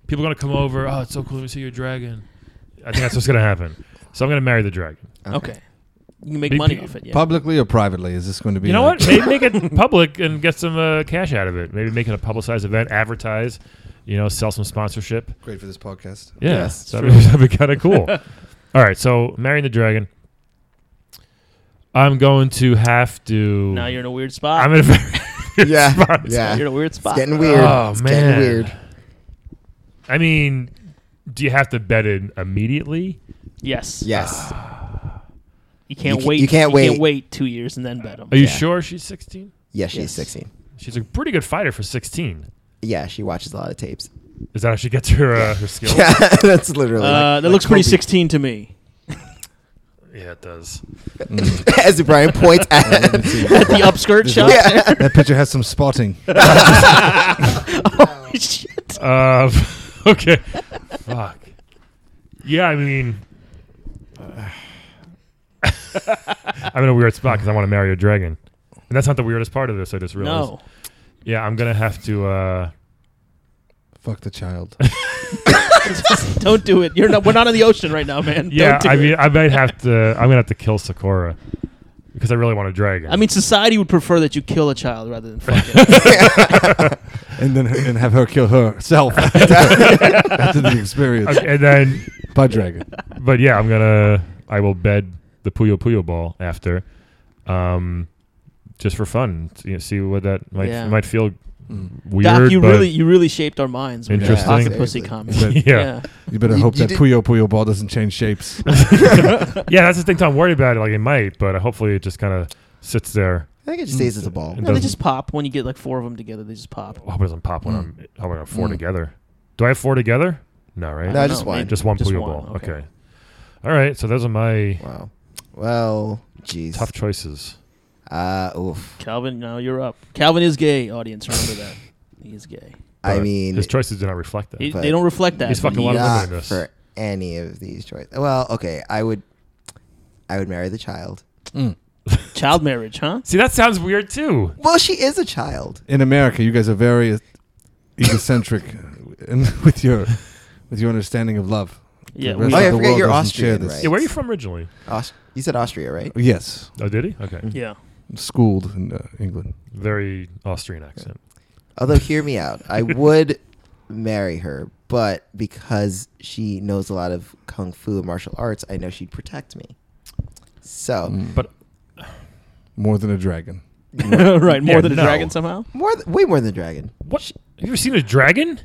[SPEAKER 1] People are gonna come over. Oh, it's so cool. Let me see your dragon. I think that's what's gonna happen. So I'm gonna marry the dragon.
[SPEAKER 4] Okay. You can make
[SPEAKER 1] Big
[SPEAKER 4] money
[SPEAKER 1] pe-
[SPEAKER 4] off it. Yeah.
[SPEAKER 5] Publicly or privately? Is this going to be?
[SPEAKER 1] You know
[SPEAKER 5] like-
[SPEAKER 1] what? Maybe make it public and get some uh, cash out of it. Maybe make it a publicized event, advertise, you know, sell some sponsorship.
[SPEAKER 5] Great for this podcast.
[SPEAKER 1] Yeah,
[SPEAKER 3] Yes,
[SPEAKER 1] that'd, be, that'd be kind of cool. All right, so marrying the dragon. I'm going to have to.
[SPEAKER 4] now you're in a weird spot.
[SPEAKER 1] I'm in a very
[SPEAKER 3] Yeah.
[SPEAKER 1] spot.
[SPEAKER 3] Yeah.
[SPEAKER 4] You're in a weird
[SPEAKER 3] It's
[SPEAKER 4] spot.
[SPEAKER 3] getting weird.
[SPEAKER 1] Oh
[SPEAKER 3] it's
[SPEAKER 1] man,
[SPEAKER 3] getting weird.
[SPEAKER 1] I mean, do you have to bet in immediately?
[SPEAKER 4] Yes.
[SPEAKER 3] Yes.
[SPEAKER 1] Ah.
[SPEAKER 4] You can't
[SPEAKER 3] You ca-
[SPEAKER 4] wait.
[SPEAKER 3] you can't
[SPEAKER 4] Can't
[SPEAKER 3] wait.
[SPEAKER 4] wait two years and then bet them.
[SPEAKER 1] Are you
[SPEAKER 3] Yeah.
[SPEAKER 1] sure she's 16?
[SPEAKER 3] Yes, she's
[SPEAKER 4] Yes.
[SPEAKER 3] sixteen.
[SPEAKER 1] She's a pretty good fighter for 16.
[SPEAKER 3] Yeah, she watches a lot of tapes.
[SPEAKER 1] Is that how she gets her uh, her skills?
[SPEAKER 3] Yeah, that's literally
[SPEAKER 4] Uh, that looks pretty 16 to me.
[SPEAKER 1] Yeah, it does. Uh,
[SPEAKER 3] as Brian points at
[SPEAKER 5] Let me see.
[SPEAKER 4] At the upskirt shot.
[SPEAKER 3] Yeah.
[SPEAKER 5] that picture has some spotting.
[SPEAKER 4] oh, shit.
[SPEAKER 1] Uh, okay. Fuck. Yeah, I mean, I'm in a weird spot because I want to marry a dragon, and that's not the weirdest part of this. I just realized.
[SPEAKER 4] No.
[SPEAKER 1] Yeah, I'm gonna have to. Uh,
[SPEAKER 5] Fuck the child.
[SPEAKER 4] Don't do it. You're not. We're not in the ocean right now, man.
[SPEAKER 1] yeah,
[SPEAKER 4] Don't do
[SPEAKER 1] I
[SPEAKER 4] it.
[SPEAKER 1] mean, I might have to. I'm gonna have to kill Sakura because I really want a dragon.
[SPEAKER 4] I mean, society would prefer that you kill a child rather than fuck it.
[SPEAKER 5] and then and have her kill herself after the experience
[SPEAKER 1] Okay, and then,
[SPEAKER 5] by dragon.
[SPEAKER 1] but yeah, I'm gonna. I will bed the the Puyo Puyo ball after, um, just for fun. You know, see what that might
[SPEAKER 4] Yeah.
[SPEAKER 1] might feel
[SPEAKER 5] Mm.
[SPEAKER 1] weird.
[SPEAKER 4] Doc, you
[SPEAKER 1] but
[SPEAKER 4] really you really shaped our minds. with that
[SPEAKER 1] Interesting.
[SPEAKER 4] Octopussy
[SPEAKER 3] Yeah.
[SPEAKER 4] comment.
[SPEAKER 5] But-
[SPEAKER 1] yeah. yeah.
[SPEAKER 5] You better
[SPEAKER 3] You-
[SPEAKER 5] hope
[SPEAKER 3] you
[SPEAKER 5] that
[SPEAKER 3] did-
[SPEAKER 5] Puyo Puyo ball doesn't change shapes.
[SPEAKER 1] that's the thing. Tom worried about it. Like it might, but uh, hopefully it just kind of sits there.
[SPEAKER 3] I think it just stays as a ball.
[SPEAKER 1] It
[SPEAKER 4] No, they
[SPEAKER 1] doesn't-
[SPEAKER 4] just pop when you get like four of them together. They just pop.
[SPEAKER 1] I hope it doesn't pop when
[SPEAKER 5] Mm.
[SPEAKER 1] I'm. I hope I got four
[SPEAKER 5] Mm.
[SPEAKER 1] together. Do I have four together? No, right?
[SPEAKER 4] I
[SPEAKER 3] No,
[SPEAKER 4] don't
[SPEAKER 3] just
[SPEAKER 4] know,
[SPEAKER 3] one.
[SPEAKER 4] maybe.
[SPEAKER 1] just one
[SPEAKER 4] Just
[SPEAKER 1] Puyo
[SPEAKER 4] one,
[SPEAKER 1] ball. Okay.
[SPEAKER 4] okay.
[SPEAKER 1] All right. So those are my
[SPEAKER 3] Wow. Well, jeez.
[SPEAKER 1] tough choices.
[SPEAKER 3] Uh, oof.
[SPEAKER 4] Calvin, now you're up. Calvin is gay. Audience, remember that. He is gay.
[SPEAKER 3] I
[SPEAKER 1] But
[SPEAKER 3] mean,
[SPEAKER 1] his choices do not reflect that.
[SPEAKER 4] He-
[SPEAKER 3] But-
[SPEAKER 4] they don't reflect that.
[SPEAKER 1] He's fucking a lot of women
[SPEAKER 3] not
[SPEAKER 1] in this.
[SPEAKER 3] for any of these choices. Well, okay, I would, I would marry the child.
[SPEAKER 5] Mm.
[SPEAKER 4] Child marriage, huh?
[SPEAKER 1] See, that sounds weird too.
[SPEAKER 3] Well, she is a child.
[SPEAKER 5] In America, you guys are very egocentric in, with your with your understanding of love.
[SPEAKER 4] Yeah.
[SPEAKER 5] The
[SPEAKER 4] we-
[SPEAKER 5] rest
[SPEAKER 3] Oh,
[SPEAKER 5] of
[SPEAKER 3] yeah, I
[SPEAKER 5] the
[SPEAKER 3] forget
[SPEAKER 5] world
[SPEAKER 3] you're
[SPEAKER 5] doesn't share
[SPEAKER 3] Austrian,
[SPEAKER 5] this.
[SPEAKER 3] right?
[SPEAKER 1] Yeah, where are you from originally?
[SPEAKER 3] Aus- you said Austria, right?
[SPEAKER 5] Yes,
[SPEAKER 1] Oh, did he? Okay.
[SPEAKER 4] yeah.
[SPEAKER 5] schooled in uh, England.
[SPEAKER 1] Very Austrian accent.
[SPEAKER 3] Although, hear me out. I would marry her, but because she knows a lot of kung fu and martial arts, I know she'd protect me. So,
[SPEAKER 5] Mm.
[SPEAKER 1] But
[SPEAKER 5] more than a dragon.
[SPEAKER 4] right. More
[SPEAKER 1] Yeah,
[SPEAKER 4] than a
[SPEAKER 1] no.
[SPEAKER 4] dragon somehow.
[SPEAKER 3] more, th- way more than dragon.
[SPEAKER 1] what? Have you ever seen a dragon?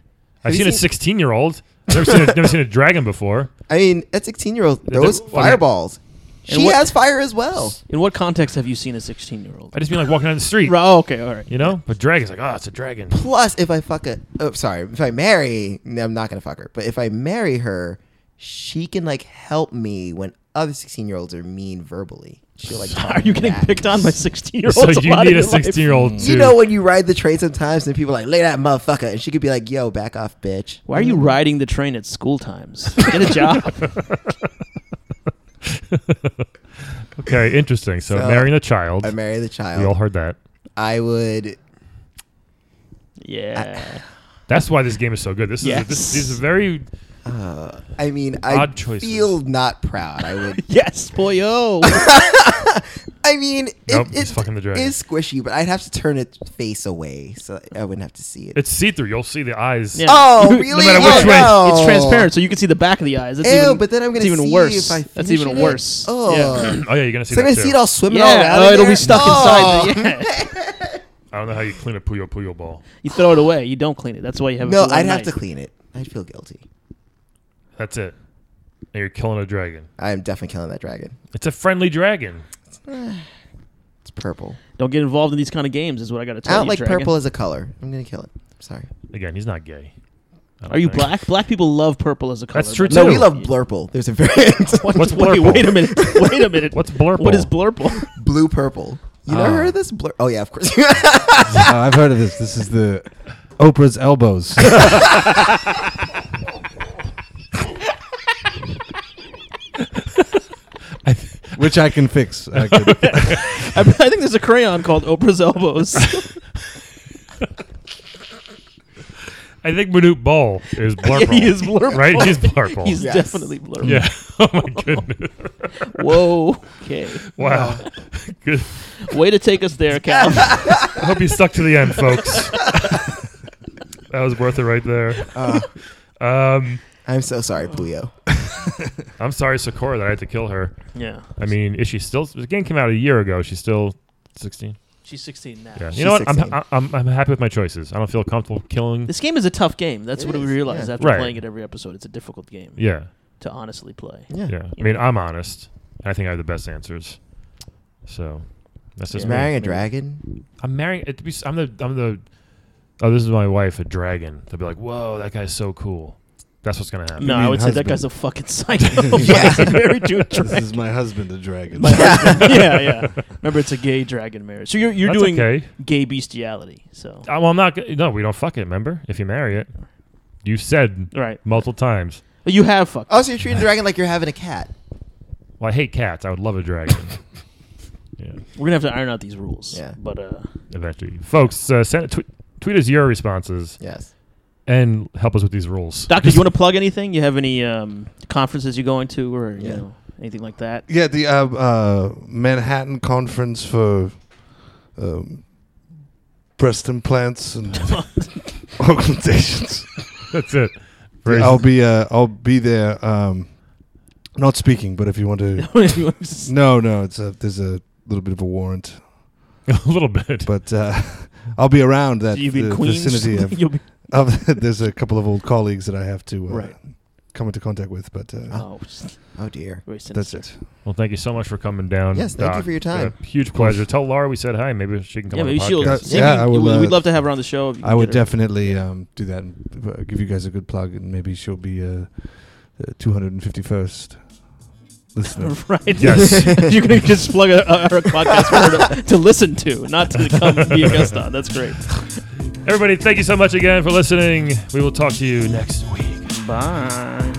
[SPEAKER 1] I've
[SPEAKER 3] you
[SPEAKER 1] seen, a
[SPEAKER 3] seen-
[SPEAKER 1] 16 year old. Never seen a, never seen a dragon before.
[SPEAKER 3] I mean, at 16 year old,
[SPEAKER 1] Yeah,
[SPEAKER 3] those
[SPEAKER 1] but- well, I mean-
[SPEAKER 3] fireballs.
[SPEAKER 4] And
[SPEAKER 3] She
[SPEAKER 4] what-
[SPEAKER 3] has fire as well.
[SPEAKER 4] In what context have you seen a 16 year old?
[SPEAKER 1] I just mean like walking down the street.
[SPEAKER 4] Oh, okay. All right.
[SPEAKER 1] You know? But dragon's like, oh, it's a dragon.
[SPEAKER 3] Plus, if I fuck a, oh, sorry, if I marry, no, I'm not gonna fuck her. But if I marry her, she can like help me when other 16 year olds are mean verbally. She'll like.
[SPEAKER 4] Are you getting picked on by 16 year olds?
[SPEAKER 1] So you need a 16 year old to.
[SPEAKER 3] You know when you ride the train sometimes and people are like lay that motherfucker and she could be like yo back off bitch.
[SPEAKER 4] Why are you riding the train at school times? Get a job.
[SPEAKER 1] okay, interesting. So,
[SPEAKER 3] So,
[SPEAKER 1] marrying a child.
[SPEAKER 3] I marry the child.
[SPEAKER 1] we all heard that.
[SPEAKER 3] I would.
[SPEAKER 4] yeah.
[SPEAKER 1] That's why this game is so good. This is
[SPEAKER 4] Yes.
[SPEAKER 1] this, these are very
[SPEAKER 3] Uh, I mean, I
[SPEAKER 1] Odd choices.
[SPEAKER 3] feel not proud. I would.
[SPEAKER 4] yes, boy. Oh.
[SPEAKER 3] I mean, it,
[SPEAKER 1] Nope,
[SPEAKER 3] it
[SPEAKER 1] he's fucking the dragon.
[SPEAKER 3] is squishy, but I'd have to turn its face away so I wouldn't have to see it.
[SPEAKER 1] it's see through. You'll see the eyes.
[SPEAKER 4] Yeah.
[SPEAKER 3] oh,
[SPEAKER 4] No
[SPEAKER 3] really?
[SPEAKER 1] matter
[SPEAKER 3] Oh,
[SPEAKER 1] which way,
[SPEAKER 3] no.
[SPEAKER 4] It's transparent, so you can see the back of the eyes. That's
[SPEAKER 3] Ew,
[SPEAKER 4] even,
[SPEAKER 3] but then I'm gonna
[SPEAKER 4] that's even
[SPEAKER 3] see
[SPEAKER 4] worse.
[SPEAKER 3] if I
[SPEAKER 4] that's
[SPEAKER 3] finish
[SPEAKER 4] even
[SPEAKER 3] it.
[SPEAKER 4] worse.
[SPEAKER 3] Oh.
[SPEAKER 4] Yeah.
[SPEAKER 1] Oh yeah, you're gonna see
[SPEAKER 3] So I'm
[SPEAKER 1] that
[SPEAKER 3] gonna
[SPEAKER 1] too.
[SPEAKER 3] see it all swimming all
[SPEAKER 4] Yeah,
[SPEAKER 3] around.
[SPEAKER 4] oh,
[SPEAKER 3] in
[SPEAKER 4] it'll
[SPEAKER 3] there?
[SPEAKER 4] be stuck
[SPEAKER 3] Oh.
[SPEAKER 4] inside. The, yeah.
[SPEAKER 1] I don't know how you clean a puyo puyo ball.
[SPEAKER 4] You throw it away. You don't clean it. That's why you have.
[SPEAKER 3] No,
[SPEAKER 4] it for one
[SPEAKER 3] I'd have
[SPEAKER 4] night.
[SPEAKER 3] to clean it. I'd feel guilty.
[SPEAKER 1] That's it. And you're killing a dragon.
[SPEAKER 3] I'm definitely killing that dragon.
[SPEAKER 1] It's a friendly dragon.
[SPEAKER 3] It's purple.
[SPEAKER 4] Don't get involved in these kind of games. Is what I got to
[SPEAKER 3] I
[SPEAKER 4] tell
[SPEAKER 3] don't
[SPEAKER 4] you.
[SPEAKER 3] like
[SPEAKER 4] Dragon.
[SPEAKER 3] purple as a color. I'm gonna kill it. Sorry.
[SPEAKER 1] Again, he's not gay. I don't
[SPEAKER 4] Are you
[SPEAKER 1] think.
[SPEAKER 4] black? Black people love purple as a color.
[SPEAKER 1] That's true,
[SPEAKER 4] but-
[SPEAKER 3] No,
[SPEAKER 1] Two.
[SPEAKER 3] we love blurple. There's a variant.
[SPEAKER 4] What-
[SPEAKER 1] What's
[SPEAKER 4] wait,
[SPEAKER 1] blurple?
[SPEAKER 4] wait a minute. Wait a minute.
[SPEAKER 1] What's blurple?
[SPEAKER 4] What is blurple?
[SPEAKER 3] Blue purple. You never
[SPEAKER 1] Ah.
[SPEAKER 3] heard of this blur? Oh yeah, of course.
[SPEAKER 5] Uh, I've heard of this. This is the Oprah's elbows. Which I can fix. I can-
[SPEAKER 4] I, I think there's a crayon called Oprah's elbows.
[SPEAKER 1] I think Manute Ball is blurple.
[SPEAKER 4] he is blurple.
[SPEAKER 1] Right? He's blurple.
[SPEAKER 4] He's
[SPEAKER 3] Yes.
[SPEAKER 4] definitely blurple.
[SPEAKER 1] yeah. Oh my goodness.
[SPEAKER 4] Whoa. Okay.
[SPEAKER 1] Wow. Good.
[SPEAKER 4] Way to take us there, Calvin.
[SPEAKER 1] I hope you stuck to the end, folks. that was worth it right there.
[SPEAKER 3] Uh,
[SPEAKER 4] Ah.
[SPEAKER 1] Um,
[SPEAKER 3] I'm so sorry, Puyo.
[SPEAKER 1] I'm sorry, Sakura, that I had to kill her.
[SPEAKER 4] yeah.
[SPEAKER 1] I mean, is she still? The game came out a year ago. She's still 16.
[SPEAKER 4] She's 16 now.
[SPEAKER 1] Yeah.
[SPEAKER 3] She's
[SPEAKER 1] You know what? I'm,
[SPEAKER 3] 16.
[SPEAKER 1] I- I'm I'm happy with my choices. I don't feel comfortable killing.
[SPEAKER 4] This game is a tough game. That's
[SPEAKER 3] It
[SPEAKER 4] what we
[SPEAKER 3] is,
[SPEAKER 4] realize
[SPEAKER 3] yeah.
[SPEAKER 4] after
[SPEAKER 1] Right.
[SPEAKER 4] playing it every episode. It's a difficult game
[SPEAKER 1] Yeah.
[SPEAKER 4] to honestly play.
[SPEAKER 3] Yeah.
[SPEAKER 1] Yeah. I mean, I'm honest. and I think I have the best answers. So that's just
[SPEAKER 4] Yeah.
[SPEAKER 1] me.
[SPEAKER 3] Marrying a dragon.
[SPEAKER 1] I'm marrying. It, I'm the. I'm the. Oh, this is my wife, a dragon. They'll be like, "Whoa, that guy's so cool." That's what's gonna happen.
[SPEAKER 4] No, I
[SPEAKER 5] mean
[SPEAKER 4] would say that
[SPEAKER 5] husband.
[SPEAKER 4] guy's a fucking psycho.
[SPEAKER 3] Yeah.
[SPEAKER 4] He's married to a
[SPEAKER 5] this
[SPEAKER 4] dragon.
[SPEAKER 5] is my husband, the dragon.
[SPEAKER 4] yeah, yeah. Remember, it's a gay dragon marriage. So you're you're
[SPEAKER 1] That's
[SPEAKER 4] doing
[SPEAKER 1] okay.
[SPEAKER 4] gay bestiality. So
[SPEAKER 1] Uh, well, I'm not. g- No, we don't fuck it. Remember, if you marry it, you said
[SPEAKER 4] right,
[SPEAKER 1] multiple times.
[SPEAKER 4] But you have fucked.
[SPEAKER 3] Oh, so you're treating a dragon like you're having a cat.
[SPEAKER 1] Well, I hate cats. I would love a dragon. yeah,
[SPEAKER 4] We're gonna have to iron out these rules.
[SPEAKER 3] Yeah.
[SPEAKER 4] But uh,
[SPEAKER 1] eventually, folks. Uh, send tweet, tweet us your responses
[SPEAKER 3] Yes.
[SPEAKER 1] and help us with these rules.
[SPEAKER 4] doctor, you want to plug anything? You have any um, conferences you're going to, or you
[SPEAKER 3] Yeah.
[SPEAKER 4] know anything like that?
[SPEAKER 5] Yeah, the uh, uh, Manhattan conference for um, breast implants and augmentations.
[SPEAKER 1] That's it. Very
[SPEAKER 5] I'll be uh, I'll be there um, Not speaking, but if you want to.
[SPEAKER 4] If you want to s-
[SPEAKER 5] no, no, it's a there's a little bit of a warrant,
[SPEAKER 1] a little bit.
[SPEAKER 5] but uh, I'll be around that
[SPEAKER 4] You'll be in
[SPEAKER 5] vi-
[SPEAKER 4] Queens.
[SPEAKER 5] vicinity of.
[SPEAKER 4] You'll be-
[SPEAKER 5] of there's a couple of old colleagues that I have to uh,
[SPEAKER 4] Right.
[SPEAKER 5] come into contact with, but uh,
[SPEAKER 4] oh, s-
[SPEAKER 3] Oh dear.
[SPEAKER 4] very
[SPEAKER 5] that's
[SPEAKER 4] sinister.
[SPEAKER 5] it.
[SPEAKER 1] Well, thank you so much for coming down.
[SPEAKER 3] Yes, thank you
[SPEAKER 1] Doc.
[SPEAKER 3] for your time.
[SPEAKER 1] Uh, huge pleasure. Tell Laura we said hi. Maybe she can come
[SPEAKER 4] Yeah,
[SPEAKER 1] on
[SPEAKER 4] maybe
[SPEAKER 1] the
[SPEAKER 4] she'll.
[SPEAKER 1] podcast.
[SPEAKER 5] That's- yeah, I would,
[SPEAKER 4] we- We'd
[SPEAKER 5] uh,
[SPEAKER 4] love to have her on the show. If you
[SPEAKER 5] I
[SPEAKER 4] can
[SPEAKER 5] would
[SPEAKER 4] get her.
[SPEAKER 5] definitely um, do that and uh, give you guys a good plug, and maybe she'll be uh, uh, 251st listener.
[SPEAKER 4] Right.
[SPEAKER 1] Yes.
[SPEAKER 4] You're going to just plug a, a, our podcast for her to, to listen to, not to come be a guest on. That's great.
[SPEAKER 1] Everybody, thank you so much again for listening. We will talk to you next week.
[SPEAKER 4] Bye.